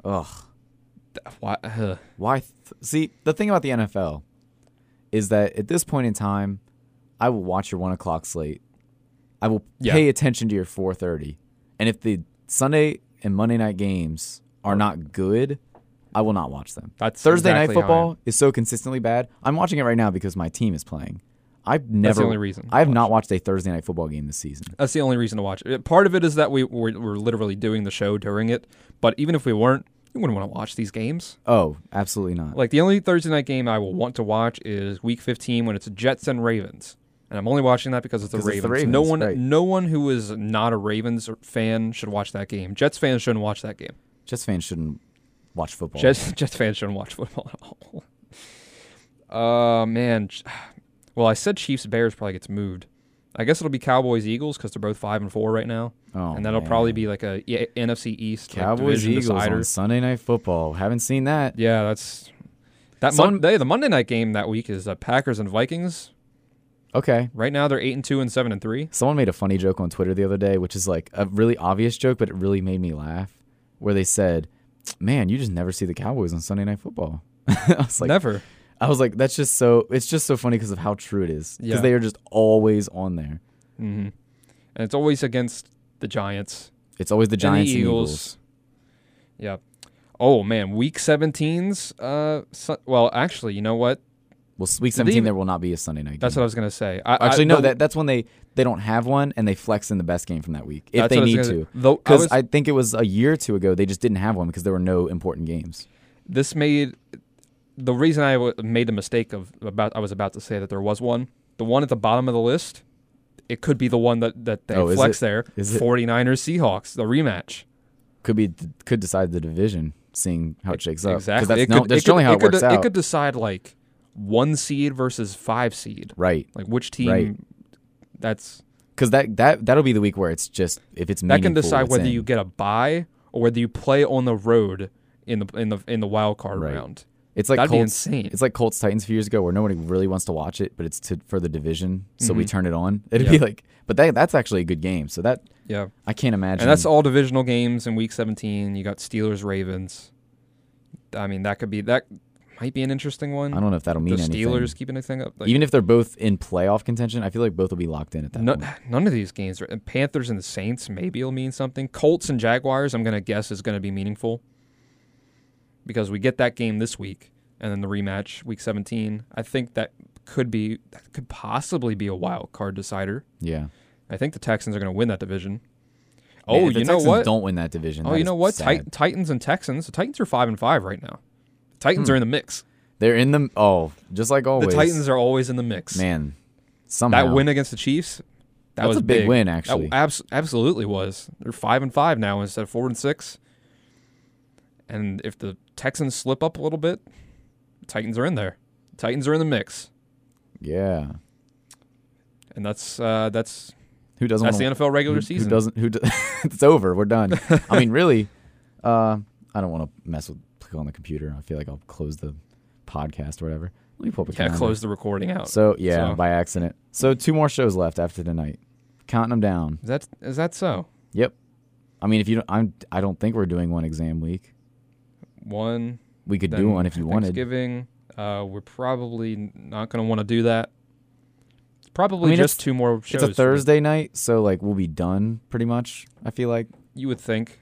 S3: Ugh.
S2: Th- Why? Uh,
S3: Why? Th- See, the thing about the NFL is that at this point in time, I will watch your one o'clock slate. I will
S2: Yeah.
S3: pay attention to your four thirty, and if the Sunday and Monday night games are not good, I will not watch them.
S2: That's
S3: Thursday
S2: exactly how
S3: night
S2: I
S3: football is so consistently bad. I'm watching it right now because my team is playing. I've never.
S2: only reason
S3: I have
S2: to
S3: not watched a Thursday night football game this season.
S2: that's the only reason to watch it. Part of it is that we we're, we're literally doing the show during it, but even if we weren't, you wouldn't want to watch these games.
S3: Oh, absolutely not.
S2: Like the only Thursday night game I will want to watch is Week 15 when it's Jets and Ravens, and I'm only watching that because it's the,
S3: 'Cause
S2: Ravens.
S3: it's the
S2: No
S3: Ravens,
S2: one,
S3: right.
S2: no one who is not a Ravens fan should watch that game. Jets fans shouldn't watch that game.
S3: Jets fans shouldn't watch football.
S2: Jets, Jets fans shouldn't watch football at all. Uh, man. Ch- Well, I said Chiefs Bears probably gets moved. I guess it'll be Cowboys Eagles because they're both five and four right now,
S3: oh,
S2: and that'll
S3: man.
S2: probably be like a E- NFC East like,
S3: Cowboys
S2: division
S3: Eagles
S2: decider.
S3: on Sunday night football. Haven't seen that.
S2: Yeah, that's that
S3: Someone-
S2: Monday. The Monday night game that week is uh, Packers and Vikings.
S3: Okay.
S2: Right now they're eight and two and seven and three.
S3: Someone made a funny joke on Twitter the other day, which is like a really obvious joke, but it really made me laugh. Where they said, "Man, you just never see the Cowboys on Sunday night football." I was like,
S2: Never.
S3: I was like, that's just so. It's just so funny because of how true it is. Because
S2: Yeah.
S3: they are just always on there.
S2: hmm And it's always against the Giants.
S3: It's always the Giants and Eagles.
S2: Yeah. Oh man, week 17's uh su- well actually, you know what?
S3: Well, s- week
S2: they
S3: seventeen
S2: even-
S3: there will not be a Sunday night.
S2: That's
S3: game.
S2: what I was going to say. I,
S3: actually
S2: I,
S3: no.
S2: the-
S3: That that's when they they don't have one and they flex in the best game from that week if
S2: that's
S3: they
S2: what I was
S3: need
S2: gonna
S3: to.
S2: say. Though I
S3: Because
S2: was-
S3: I, think it was a year or two ago they just didn't have one because there were no important games.
S2: this made the reason I w- made the mistake of about I was about to say that there was one. The one at the bottom of the list, it could be the one that that they
S3: Oh, is
S2: flex
S3: it?
S2: there.
S3: Is it?
S2: 49ers Seahawks, the rematch.
S3: Could be could decide the division, seeing how Oh, it shakes up. 'Cause
S2: E- Exactly.
S3: That's,
S2: it
S3: no,
S2: could,
S3: that's
S2: it could-
S3: generally how
S2: it
S3: it
S2: could,
S3: works
S2: de-
S3: out.
S2: It could decide like 1 seed versus 5 seed.
S3: right.
S2: Like which team
S3: Right.
S2: that's
S3: Because that that that'll be the week where it's just if it's
S2: that can
S3: meaningful,
S2: decide
S3: it's
S2: whether
S3: in.
S2: you get a bye or whether you play on the road in the in the in the wild card
S3: Right.
S2: round.
S3: It's like
S2: that'd be
S3: Colts,
S2: insane.
S3: It's like Colts Titans a few years ago where nobody really wants to watch it, but it's to, for the division, so we turn it on. It'd be
S2: Mm-hmm. Yeah.
S3: like, but that that's actually a good game. So that
S2: Yeah.
S3: I can't imagine.
S2: And that's all divisional games in week 17. You got Steelers Ravens. I mean, that could be that might be an interesting one.
S3: I don't know if that'll
S2: the
S3: mean anything.
S2: Steelers keeping anything up. Like,
S3: even if they're both in playoff contention, I feel like both will be locked in at that
S2: no-
S3: point.
S2: none of these games are and Panthers and the Saints maybe will mean something. Colts and Jaguars, I'm going to guess is going to be meaningful. Because we get that game this week and then the rematch week 17. I think that could be that could possibly be a wild card decider.
S3: Yeah.
S2: I think the Texans are going to win that division.
S3: Man,
S2: Oh,
S3: if the
S2: you know
S3: Texans
S2: what?
S3: Don't win that division.
S2: Oh,
S3: that
S2: you
S3: is
S2: know what?
S3: sad.
S2: Tit- Titans and Texans. The Titans are five and five right now. The Titans are in the mix.
S3: They're in the oh, just like
S2: The
S3: Hmm. always.
S2: Titans are always in the mix.
S3: man.
S2: that
S3: Somehow
S2: win against the Chiefs. That
S3: That's
S2: was
S3: a big win, actually.
S2: That abs- absolutely was. They're five and five now instead of four and six. And if the Texans slip up a little bit, Titans are in there. Titans are in the mix,
S3: Yeah.
S2: and that's uh, that's
S3: Who doesn't?
S2: that's the
S3: wanna,
S2: NFL regular
S3: who,
S2: season.
S3: Who doesn't? Who? Do, it's over. We're done. I mean, really. Uh, I don't want to mess with click on the computer. I feel like I'll close the podcast or whatever. Let me pull up a
S2: Yeah,
S3: calendar.
S2: close the recording out.
S3: So yeah,
S2: So-
S3: by accident. So two more shows left after tonight. Counting them down.
S2: is that is that so?
S3: Yep. I mean, if you don't, I'm, I don't think we're doing one exam week.
S2: One.
S3: We could do
S2: then
S3: one if you wanted.
S2: Thanksgiving. Uh, we're probably not going to want to do that. It's probably
S3: I mean,
S2: just
S3: it's-
S2: two more shows.
S3: It's a Thursday night, so like we'll be done pretty much. I feel like
S2: You would think,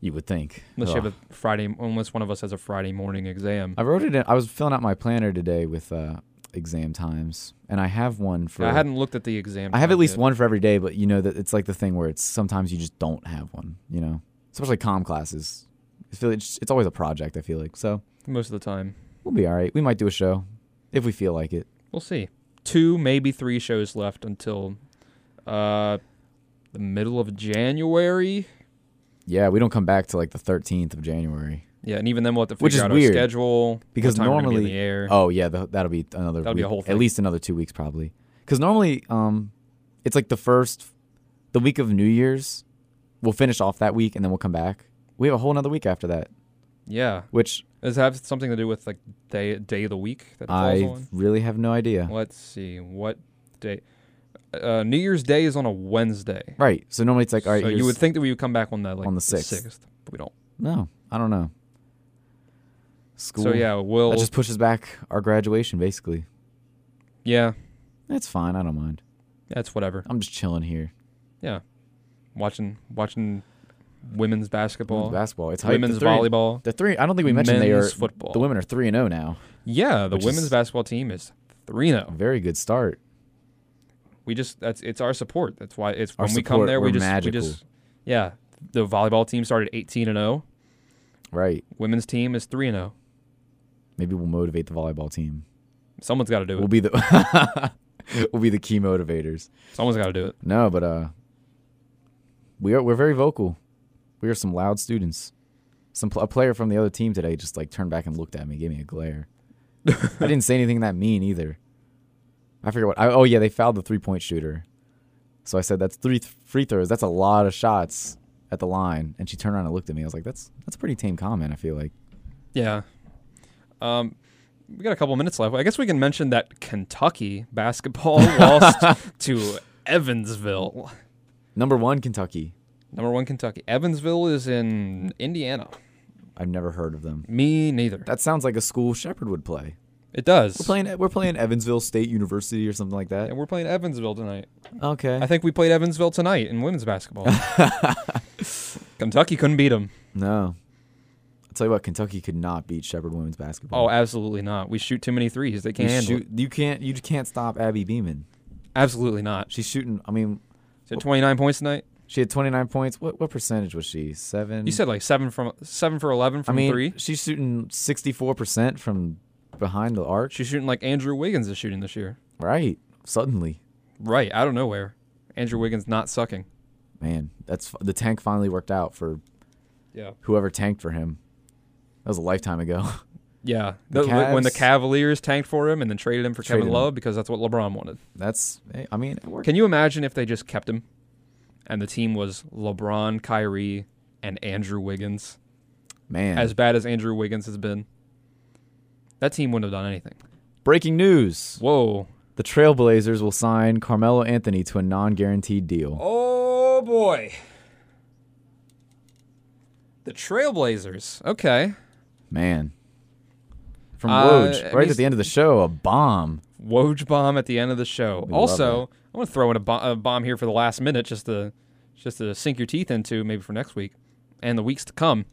S3: you would think.
S2: unless you
S3: Ugh.
S2: have a Friday, unless one of us has a Friday morning exam.
S3: I wrote it. in I was filling out my planner today with uh, exam times, and I have one for.
S2: I hadn't looked at the exam.
S3: I have
S2: time
S3: at least
S2: yet.
S3: one for every day, but you know that it's like the thing where it's sometimes you just don't have one. You know, especially comm classes. I feel it's, it's always a project. I feel like so
S2: most of the time.
S3: we'll be all right. We might do a show if we feel like it.
S2: We'll see. Two, maybe three shows left until uh, the middle of January.
S3: Yeah, we don't come back to like the 13th of January
S2: Yeah, and even then we'll have to figure
S3: Which is
S2: out
S3: weird,
S2: our schedule
S3: because
S2: what time we're gonna be
S3: normally
S2: in the air.
S3: Oh yeah, th- that'll be another.
S2: That'll be a
S3: week-
S2: whole
S3: At
S2: thing.
S3: least another two weeks probably. Because normally, um, it's like the first, the week of New Year's, we'll finish off that week and then we'll come back. We have a whole another week after that,
S2: yeah,
S3: which
S2: does it have something to do with like day day of the week that it falls
S3: I
S2: on?
S3: really have no idea.
S2: Let's see what day. Uh, New Year's Day is on a Wednesday.
S3: Right. So normally it's like all right.
S2: so you
S3: here's-
S2: would think that we would come back on that like
S3: on the 6th.
S2: but we don't.
S3: no, I don't know. School.
S2: So yeah, we'll
S3: that just pushes back our graduation basically.
S2: yeah,
S3: That's fine. I don't mind.
S2: that's whatever.
S3: I'm just chilling here.
S2: Yeah, watching watching women's basketball,
S3: Women's basketball. It's hype. The
S2: women's
S3: three-
S2: volleyball.
S3: The three. I don't think we mentioned they are.
S2: Men's football.
S3: The women are three and zero now.
S2: Yeah, the
S3: Which
S2: women's
S3: is- Mm.
S2: basketball team is three zero.
S3: Very good start.
S2: We just that's it's our support. That's why it's
S3: Our
S2: when we come
S3: support,
S2: there we
S3: we're
S2: just
S3: magical.
S2: we just yeah. The volleyball team started eighteen and zero.
S3: Right.
S2: Women's team is three and oh. zero.
S3: Maybe we'll motivate the volleyball team.
S2: Someone's got to do
S3: We'll
S2: it.
S3: be the we'll be the key motivators.
S2: Someone's got to do it.
S3: No, but uh we are we're very vocal. We are some loud students. Some pl- a player from the other team today just like turned back and looked at me, gave me a glare. I didn't say anything that mean either. I forget what. I, oh yeah, they fouled the three point shooter. So I said that's three th- free throws. That's a lot of shots at the line. And she turned around and looked at me. I was like, that's that's a pretty tame comment. I feel like.
S2: Yeah. Um, we got a couple minutes left. I guess we can mention that Kentucky basketball lost to Evansville.
S3: Number one, Kentucky.
S2: Number one, Kentucky. Evansville is in Indiana.
S3: I've never heard of them.
S2: Me neither.
S3: That sounds like a school Shepherd would play.
S2: It does.
S3: We're playing. We're playing Evansville State University or something like that.
S2: and we're playing Evansville tonight.
S3: Okay.
S2: I think we played Evansville tonight in women's basketball. Kentucky couldn't beat them.
S3: no. I'll tell you what. Kentucky could not beat Shepherd women's basketball.
S2: Oh, absolutely not. We shoot too many threes. They
S3: you
S2: can't handle it.
S3: shoot. You can't. You can't stop Abby Beeman.
S2: Absolutely not.
S3: She's shooting. I mean,
S2: She had 29 points tonight.
S3: she had 29 points. What what percentage was she? Seven.
S2: You said like seven from seven for 11
S3: Mm. I
S2: from
S3: mean,
S2: three.
S3: she's shooting 64 percent from behind the arc.
S2: She's shooting like Andrew Wiggins is shooting this year.
S3: right. Suddenly,
S2: Right, out of nowhere. Andrew Wiggins not sucking.
S3: man. That's the tank finally worked out for
S2: Yeah.
S3: whoever tanked for him. That was a lifetime ago.
S2: Yeah.
S3: The
S2: The- the- when the
S3: Cavs-
S2: Cavaliers tanked for him and then traded him for
S3: Traded
S2: Kevin
S3: him.
S2: Love because that's what LeBron wanted.
S3: That's. hey, I mean, it worked.
S2: Can you imagine if they just kept him and the team was LeBron, Kyrie, and Andrew Wiggins?
S3: man.
S2: As bad as Andrew Wiggins has been, that team wouldn't have done anything.
S3: breaking news.
S2: Whoa.
S3: The Trailblazers will sign Carmelo Anthony to a non guaranteed deal.
S2: Oh, boy. The Trailblazers. Okay.
S3: Man. From
S2: Uh,
S3: Woj,
S2: and
S3: right at
S2: he's-
S3: the end of the show, a bomb.
S2: Woj bomb at the end of the show.
S3: We love
S2: also, I want to throw in a, bo- a bomb here for the last minute, just to just to sink your teeth into maybe for next week and the weeks to come.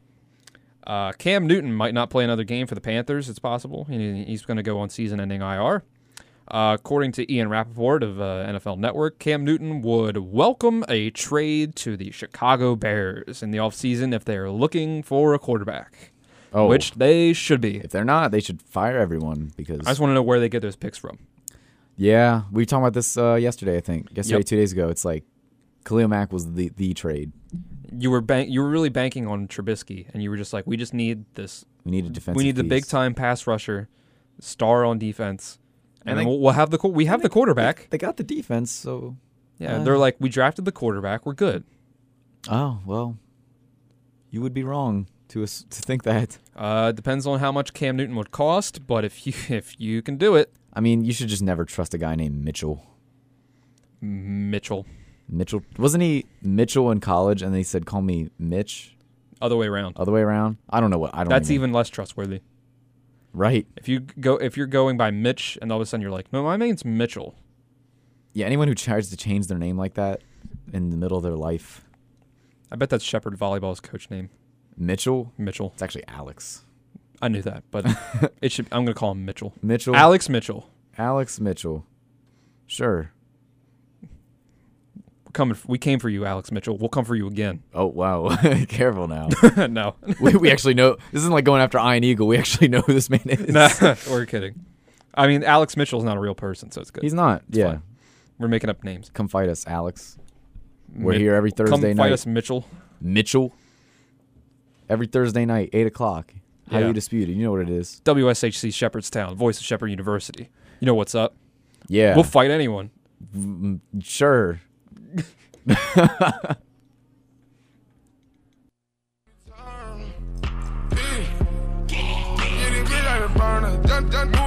S2: Uh, Cam Newton might not play another game for the Panthers. It's possible He- he's going to go on season-ending IR. Uh, according to Ian Rappaport of uh, NFL Network, Cam Newton would welcome a trade to the Chicago Bears in the offseason if they are looking for a quarterback,
S3: Oh,
S2: which they should be.
S3: if they're not, they should fire everyone because.
S2: I just want to know where they get those picks from.
S3: yeah, we were talking about this uh, yesterday, I think. Yesterday,
S2: Yep.
S3: two days ago. It's like Khalil Mack was the, the trade.
S2: you were bank you were really banking on Trubisky, and you were just like, we just need this.
S3: We need a defensive
S2: we need the
S3: piece.
S2: big time pass rusher, star on defense, and,
S3: And
S2: then
S3: they-
S2: we'll, we'll have the qu- we have the quarterback.
S3: They got the defense, so.
S2: Yeah,
S3: uh,
S2: they're like, we drafted the quarterback, we're good.
S3: Oh, well. You would be wrong. to us to think that.
S2: Uh, depends on how much Cam Newton would cost, but if you if you can do it,
S3: I mean, you should just never trust a guy named Mitchell.
S2: Mitchell.
S3: Mitchell wasn't he Mitchell in college, and they said call me Mitch
S2: Other way around.
S3: other way around. I don't know what I don't.
S2: That's even less trustworthy.
S3: right.
S2: If you go if you're going by Mitch and all of a sudden you're like, no, my name's Mitchell.
S3: Yeah, anyone who tries to change their name like that in the middle of their life,
S2: I bet that's Shepherd Volleyball's coach name,
S3: Mitchell.
S2: Mitchell.
S3: It's actually Alex.
S2: I knew that, but it should. I'm gonna call him Mitchell.
S3: Mitchell.
S2: Alex Mitchell.
S3: Alex Mitchell. Sure.
S2: We're coming. We came for you, Alex Mitchell. We'll come for you again.
S3: Oh wow. Careful now.
S2: no,
S3: we, we actually know this isn't like going after Iron Eagle. We actually know who this man is.
S2: no, we're kidding. I mean, Alex Mitchell's not a real person, so it's good.
S3: He's not. yeah.
S2: fine. we're making up names.
S3: Come fight us, Alex. We're
S2: Mit-
S3: here every
S2: Come
S3: Thursday
S2: fight
S3: night.
S2: us, Mitchell.
S3: Mitchell. Every Thursday night, eight o'clock. How
S2: Yeah.
S3: you disputed? You know what it is.
S2: WSHC Shepherdstown, voice of Shepherd University. You know what's up?
S3: Yeah.
S2: We'll fight anyone.
S3: Mm, sure.
S4: Yeah, they look like a burner. Done, done, do